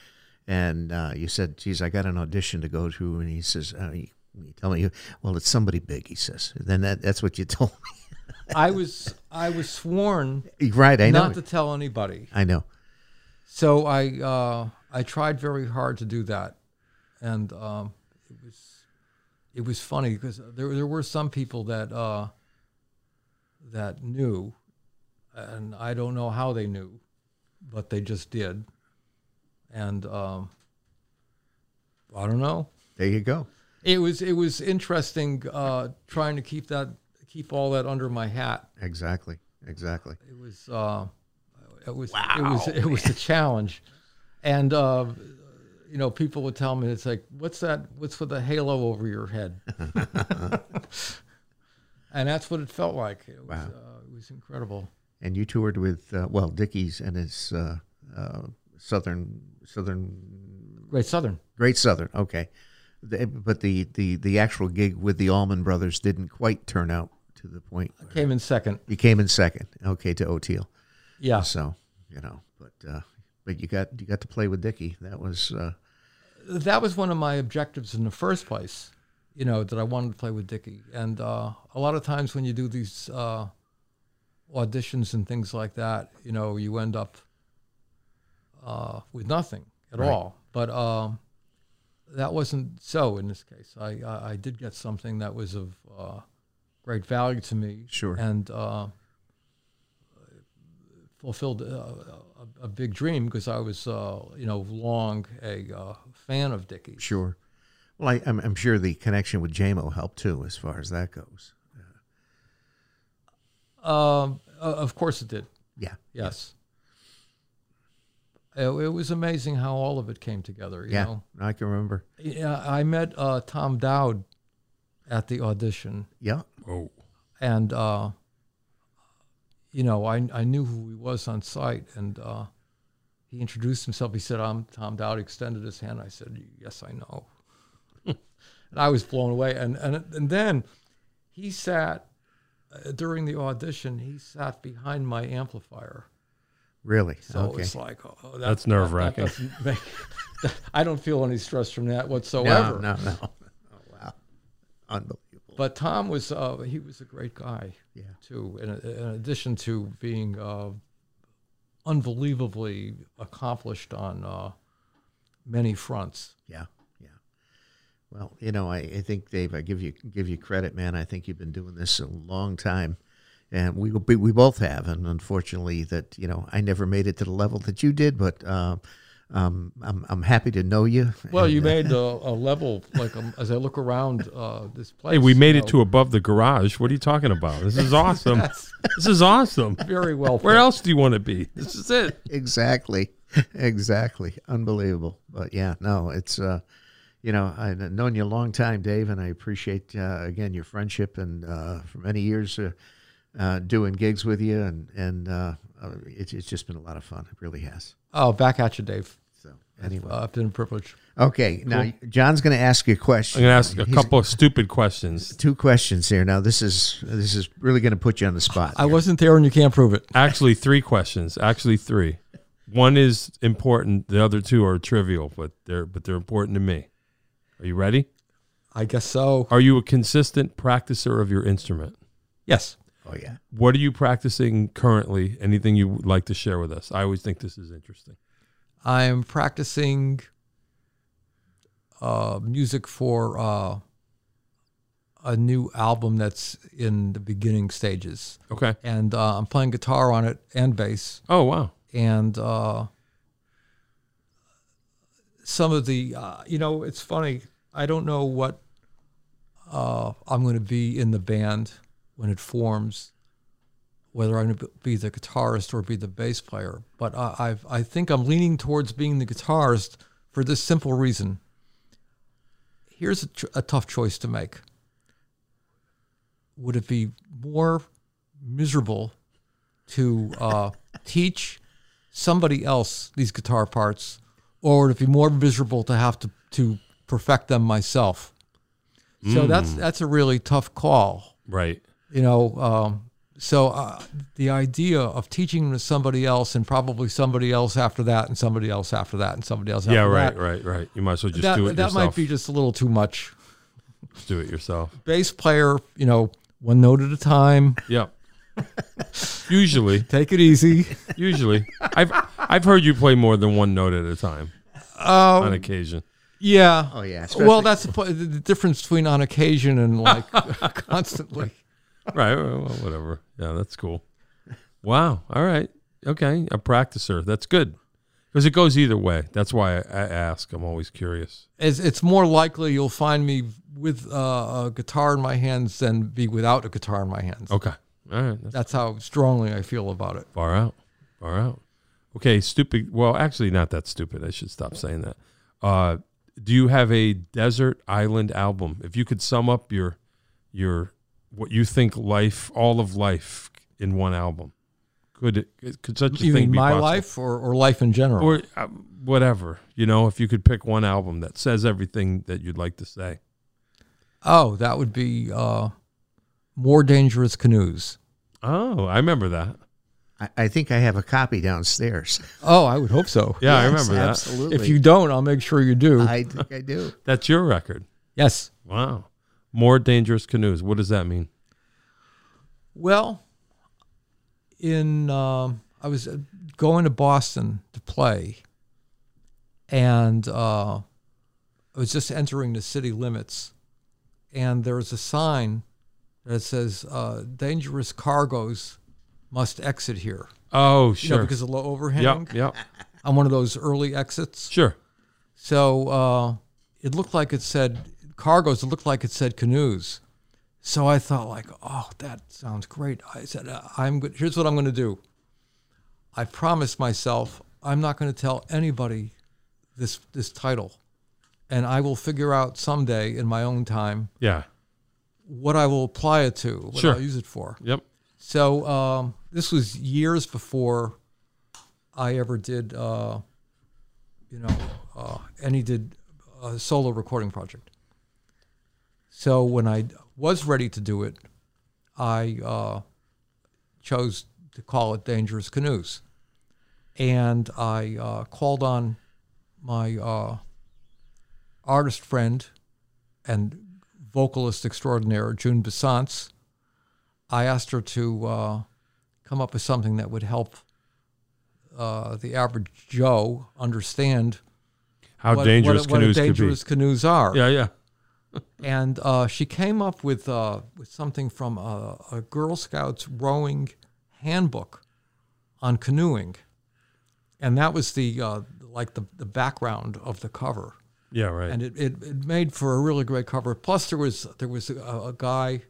S3: and uh, you said, "Geez, I got an audition to go to," and he says, uh, you, "You tell me, well, it's somebody big." He says, "Then that, that's what you told
S2: I was I was sworn
S3: me, right?" I know,
S2: not to tell anybody.
S3: I know.
S2: So I uh, I tried very hard to do that, and um, it was it was funny because there there were some people that uh, that knew, and I don't know how they knew, but they just did, and um, I don't know.
S3: There you go.
S2: It was it was interesting uh, trying to keep that keep all that under my hat.
S3: Exactly, exactly.
S2: It was uh, it was it was it was a challenge, and uh, you know people would tell me it's like what's that what's with the halo over your head, and that's what it felt like. It was,
S3: Wow.
S2: uh, it was incredible.
S3: And you toured with uh, well, Dickies and his uh, uh, southern southern
S2: Great Southern.
S3: Great Southern, okay. The, but the, the, the actual gig with the Allman Brothers didn't quite turn out to the point. where-
S2: Came in second.
S3: You came in second, okay, to O'Teal.
S2: Yeah.
S3: So you know, but uh, but you got you got to play with Dickie. That was uh,
S2: That was one of my objectives in the first place you know, that I wanted to play with Dickie. And uh, a lot of times when you do these uh, auditions and things like that, you know, you end up uh, with nothing at
S3: Right.
S2: all. But um, that wasn't so in this case. I, I, I did get something that was of uh, great value to me.
S3: Sure.
S2: And uh, fulfilled uh, a, a big dream because I was, uh, you know, long a uh, fan of Dickie.
S3: Sure. Well, I, I'm, I'm sure the connection with JMO helped too, as far as that goes.
S2: Um, uh, of course it did.
S3: Yeah.
S2: Yes. It, it was amazing how all of it came together. You
S3: yeah.
S2: Know?
S3: I can remember.
S2: Yeah. I met uh, Tom Dowd at the audition,
S3: Yeah.
S1: Oh,
S2: and uh, you know, I I knew who he was on site, and uh, he introduced himself. He said, "I'm Tom Dowd." Extended his hand. I said, "Yes, I know." and I was blown away. And and and then he sat uh, during the audition. He sat behind my amplifier.
S3: Really.
S2: So
S3: okay.
S2: it's like, oh, that-
S1: That's
S2: that-
S1: nerve-wracking.
S2: that doesn't make- I don't feel any stress from that
S3: No,
S2: whatsoever.
S3: no, no. Oh, wow. Unbelievable.
S2: But Tom was, uh, he was a great guy
S3: Yeah.
S2: too. In, in addition to being uh, unbelievably accomplished on uh, many fronts.
S3: Yeah. Yeah. Well, you know, I, I think Dave, I give you give you credit, man. I think you've been doing this a long time, and we will be- we both have. And unfortunately, that you know, I never made it to the level that you did, but um, um, I'm I'm happy to know you.
S2: Well, you made a, a level like um, as I look around uh, this place.
S1: hey, we made it to above the garage. What are you talking about? This is awesome. this is awesome.
S2: very well.
S1: Where else do you want to be? This is it.
S3: exactly exactly unbelievable but yeah no it's uh you know i've known you a long time dave and i appreciate uh, again your friendship and uh for many years uh, uh doing gigs with you and and uh uh, it's, it's just been a lot of fun it really has
S2: Oh, back at you, Dave.
S3: so anyway
S2: Uh, been a privilege.
S3: okay now john's going to ask you a question
S1: I'm gonna ask a couple of stupid questions.
S3: two questions here now this is this is really going to put you on the spot
S2: I wasn't there, and you can't prove it.
S1: Actually, three questions. Actually, three. One is important. The other two are trivial, but they're but they're important to me. Are you ready?
S2: I guess so.
S1: Are you a consistent practicer of your instrument?
S2: Yes.
S3: oh yeah
S1: What are you practicing currently? Anything you would like to share with us? I always think this is interesting.
S2: I'm practicing uh, music for uh, a new album that's in the beginning stages,
S1: Okay.
S2: and uh, I'm playing guitar on it and bass,
S1: Oh wow.
S2: and uh, some of the uh, you know it's funny. I don't know what uh, I'm going to be in the band when it forms, whether I'm going to be the guitarist or be the bass player. But I, I've, I think I'm leaning towards being the guitarist for this simple reason. Here's a, tr- a tough choice to make. Would it be more miserable to uh, teach somebody else these guitar parts, or would it be more miserable to have to, to perfect them myself?
S1: Hmm.
S2: So that's that's a really tough call,
S1: Right.
S2: you know. Um, so uh, the idea of teaching to somebody else, and probably somebody else after that, and somebody else after that, and somebody else.
S1: Yeah.
S2: after
S1: Right.
S2: That,
S1: Right. Right. You might as well just
S2: that
S1: do it
S2: that
S1: yourself.
S2: might be just a little too much.
S1: just do it yourself.
S2: Bass player, you know, one note at a time.
S1: Yep. usually,
S2: Take it easy.
S1: usually, I've I've heard you play more than one note at a time
S2: Um,
S1: on occasion.
S2: yeah.
S3: oh yeah
S2: well,
S3: especially-
S2: that's the, po- the the difference between on occasion and like constantly.
S1: Right. Well, whatever. Yeah, that's cool. Wow. All right. Okay. A practicer. That's good. Because it goes either way. That's why I, I ask. I'm always curious.
S2: It's, it's more likely you'll find me with uh, a guitar in my hands than be without a guitar in my hands.
S1: Okay. All right. That's
S2: That's how strongly I feel about it.
S1: far out. Far out. Okay. Stupid. Well, actually, not that stupid. I should stop saying that. Uh, do you have a desert island album? If you could sum up your your what you think life, all of life, in one album, could it, could such a
S2: You
S1: thing
S2: mean
S1: be
S2: my
S1: possible?
S2: life or, or life in general?
S1: or uh, whatever you know if you could pick one album that says everything that you'd like to say
S2: oh, that would be uh, More Dangerous Canoes.
S1: oh i remember that
S3: I, I think i have a copy downstairs
S2: Oh, I would hope so.
S1: yeah i
S3: Yes,
S1: remember that
S3: absolutely
S2: If you don't, I'll make sure you do.
S3: i think i do
S1: that's your record
S2: yes.
S1: wow More dangerous canoes. What does that mean?
S2: Well, in um, I was uh, going to Boston to play, and uh, I was just entering the city limits, and there was a sign that says uh, "Dangerous cargoes must exit here."
S1: Oh,
S2: You
S1: sure.
S2: know, because of the low overhang
S1: yep, yep.
S2: on one of those early exits.
S1: Sure.
S2: So uh, it looked like it said cargoes. It looked like it said canoes. So I thought, like, oh, that sounds great. I said, uh, I'm go- here's what I'm going to do. I promised myself I'm not going to tell anybody this this title, and I will figure out someday in my own time
S1: Yeah.
S2: what I will apply it to, what
S1: Sure.
S2: I'll use it for.
S1: Yep.
S2: So um, this was years before I ever did, uh, you know, uh, any did a solo recording project. So when I was ready to do it, I uh, chose to call it Dangerous Canoes, and I uh, called on my uh, artist friend and vocalist extraordinaire June Besance. I asked her to uh, come up with something that would help uh, the average Joe understand
S1: How
S2: what,
S1: dangerous
S2: what, what
S1: canoes
S2: dangerous canoes are.
S1: could be. Yeah, yeah.
S2: And uh, she came up with, uh, with something from a, a Girl Scouts rowing handbook on canoeing. And that was the uh, like the, the background of the cover
S1: Yeah, right.
S2: and it, it, it made for a really great cover. Plus, there was there was a, a guy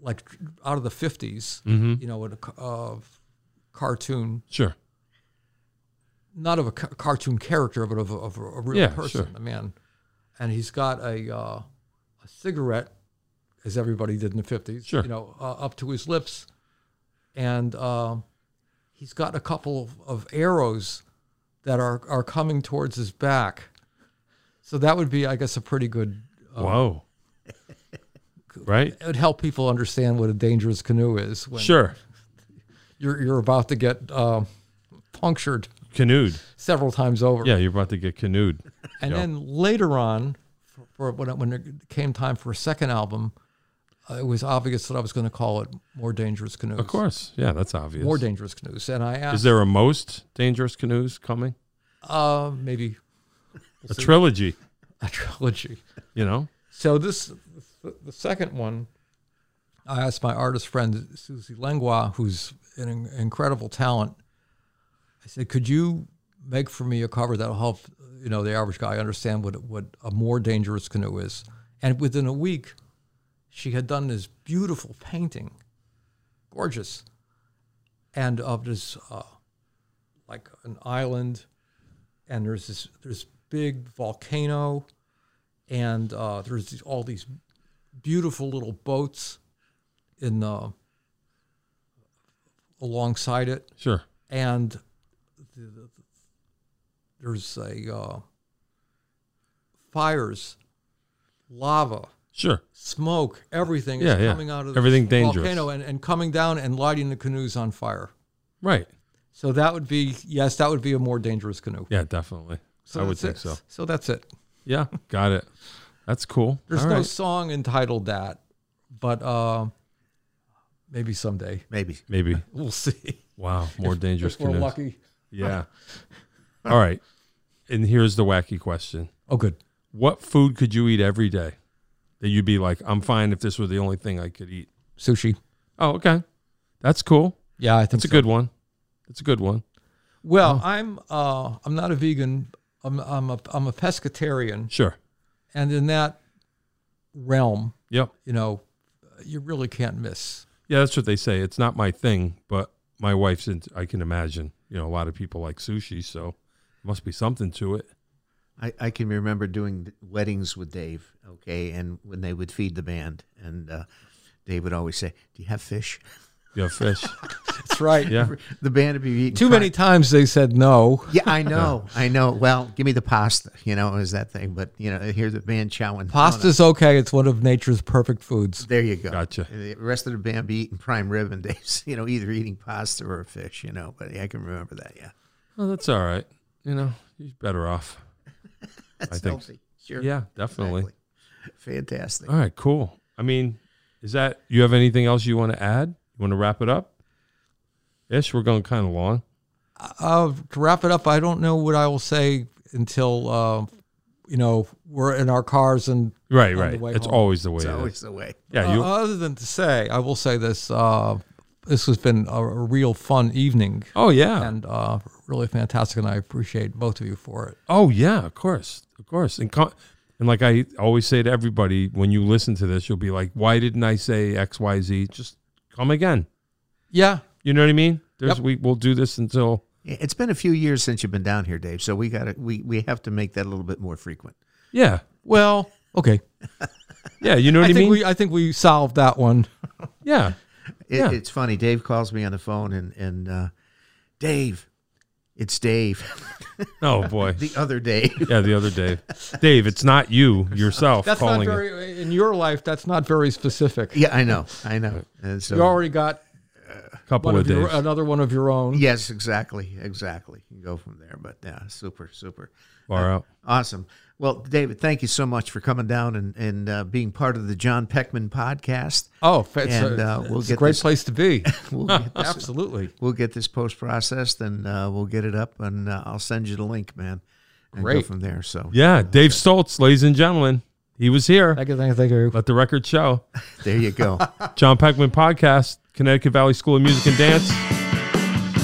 S2: like out of the 50s
S1: Mm-hmm.
S2: you know, with a ca- uh, cartoon,
S1: sure.
S2: not of a ca- cartoon character, but of a, of a a real
S1: Yeah,
S2: person,
S1: sure.
S2: a man, and he's got a uh, a cigarette, as everybody did in the 50s,
S1: Sure.
S2: you know, uh, up to his lips, and uh, he's got a couple of arrows that are are coming towards his back. So that would be, I guess, a pretty good
S1: Whoa. right?
S2: it would help people understand what a dangerous canoe is when
S1: Sure.
S2: you're, you're about to get um, punctured
S1: Canoed.
S2: several times over.
S1: Yeah, you're about to get canoed.
S2: and then later on, for, for when, it, when it came time for a second album, uh, it was obvious that I was going to call it More Dangerous Canoes.
S1: Of course. Yeah, that's obvious.
S2: More Dangerous Canoes. And I
S1: Is
S2: asked,
S1: there a most dangerous canoes coming?
S2: uh, maybe
S1: a trilogy,
S2: a trilogy.
S1: you know?
S2: So this, the second one, I asked my artist friend Susie Lengua, who's an in- incredible talent. I said, "Could you make for me a cover that'll help, you know, the average guy understand what what a more dangerous canoe is?" And within a week, she had done this beautiful painting, gorgeous, and of this uh, like an island, and there's this there's big volcano and uh, there's these, all these beautiful little boats in the alongside it,
S1: Sure.
S2: and the, the- there's a uh, fires, lava,
S1: Sure.
S2: smoke, everything
S1: Yeah,
S2: is
S1: yeah.
S2: coming out of the
S1: Everything dangerous.
S2: volcano and, and coming down and lighting the canoes on fire.
S1: Right.
S2: So that would be yes, that would be a more dangerous canoe.
S1: Yeah, definitely.
S2: So
S1: I would
S2: that's
S1: think
S2: it.
S1: so.
S2: So that's it.
S1: Yeah, got it. That's cool.
S2: There's
S1: All
S2: no
S1: right.
S2: song entitled that, but uh, maybe someday
S3: Maybe.
S1: Maybe.
S2: we'll see.
S1: Wow. More dangerous
S2: If we're
S1: canoes.
S2: lucky.
S1: Yeah. All right. And here's the wacky question.
S2: Oh, good.
S1: What food could you eat every day that you'd be like, I'm fine if this were the only thing I could eat?
S2: Sushi.
S1: Oh, okay. That's cool.
S2: Yeah, I think
S1: That's a
S2: so.
S1: good one. That's a good one.
S2: Well, I'm uh, I'm not a vegan. I'm I'm a I'm a pescatarian,
S1: Sure.
S2: and in that realm,
S1: Yep.
S2: you know, you really can't miss.
S1: Yeah, that's what they say. It's not my thing, but my wife's into, I can imagine, you know, a lot of people like sushi, so must be something to it.
S3: I, I can remember doing th- weddings with Dave, okay, and when they would feed the band, and uh, Dave would always say, "Do you have fish?"
S1: You have fish.
S2: That's right.
S1: Yeah.
S3: The band would be eating
S2: Too
S3: fry-
S2: many times they said no.
S3: Yeah, I know, I know. Well, give me the pasta, you know, is that thing? But you know, hear the band chowing.
S2: Pasta's okay. It's one of nature's perfect foods.
S3: There you go.
S1: Gotcha.
S3: And The rest of the band be eating prime rib and Dave's, you know, either eating pasta or fish, you know. But yeah, I can remember that. Yeah,
S1: Oh, that's all right. You know, you're better off.
S3: that's
S1: think
S3: healthy. Sure.
S1: Yeah, Oh, definitely.
S3: Exactly. Fantastic.
S1: All right, cool. I mean, is that you have anything else you want to add? You want to wrap it up? Ish, we're going kind of long.
S2: Uh, to wrap it up, I don't know what I will say until uh, you know we're in our cars and
S1: Right,
S2: the
S1: right.
S2: way
S1: It's
S2: home.
S1: always the way.
S3: It's
S1: it is.
S3: always the way.
S1: yeah, you.
S2: Uh, other than to say, I will say this: uh, this has been a, a real fun evening
S1: oh yeah.
S2: and uh, really fantastic, and I appreciate both of you for it.
S1: Oh yeah, of course, of course. And co and like I always say to everybody, when you listen to this, you'll be like, "Why didn't I say X, Y, Z? Just come again."
S2: Yeah,
S1: You know what I mean? There's
S2: Yep.
S1: we we'll do this until
S3: Yeah, It's been a few years since you've been down here, Dave. So we got to we we have to make that a little bit more frequent.
S1: yeah,
S2: well, okay.
S1: yeah. You know
S2: I
S1: what I,
S2: think
S1: mean?
S2: we I think we solved that one.
S1: yeah,
S3: It,
S1: Yeah.
S3: It's funny. Dave calls me on the phone and and uh, Dave, it's Dave.
S1: Oh boy.
S3: the other Dave.
S1: Yeah, the other day, Dave. It's not you yourself
S2: That's not
S1: calling. it.
S2: very in your life. That's not very specific.
S3: Yeah, I know. I know. And so
S2: You already got
S1: couple
S2: one
S1: of
S2: of your,
S1: days.
S2: another one of your own.
S3: yes, exactly, exactly. You go from there. But yeah, super, super.
S1: Far out.
S3: Awesome. Well, David, thank you so much for coming down and and uh, being part of the John Peckman podcast.
S2: Oh, it's, a-
S3: And, uh, we'll
S2: it's a
S3: get
S2: great
S3: this-
S2: place to be.
S3: We'll get this,
S2: Absolutely.
S3: we'll get this post processed and uh, we'll get it up, and uh, I'll send you the link, man. And go
S2: Great.
S3: from there. So
S1: Yeah, Dave Stoltz, ladies and gentlemen, he was here.
S2: Thank you. Thank you. Thank you.
S1: Let the record show.
S3: there you go.
S1: John Peckman Podcast, Connecticut Valley School of Music and Dance,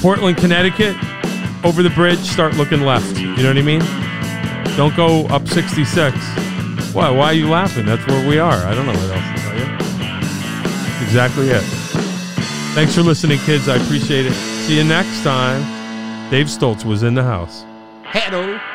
S1: Portland, Connecticut. Over the bridge, start looking left. You know what I mean? Don't go up 66. Why? Why are you laughing? That's where we are. I don't know what else to tell you. That's Exactly it. Thanks for listening, kids. I appreciate it. See you next time. Dave Stoltz was in the house.
S2: Hello.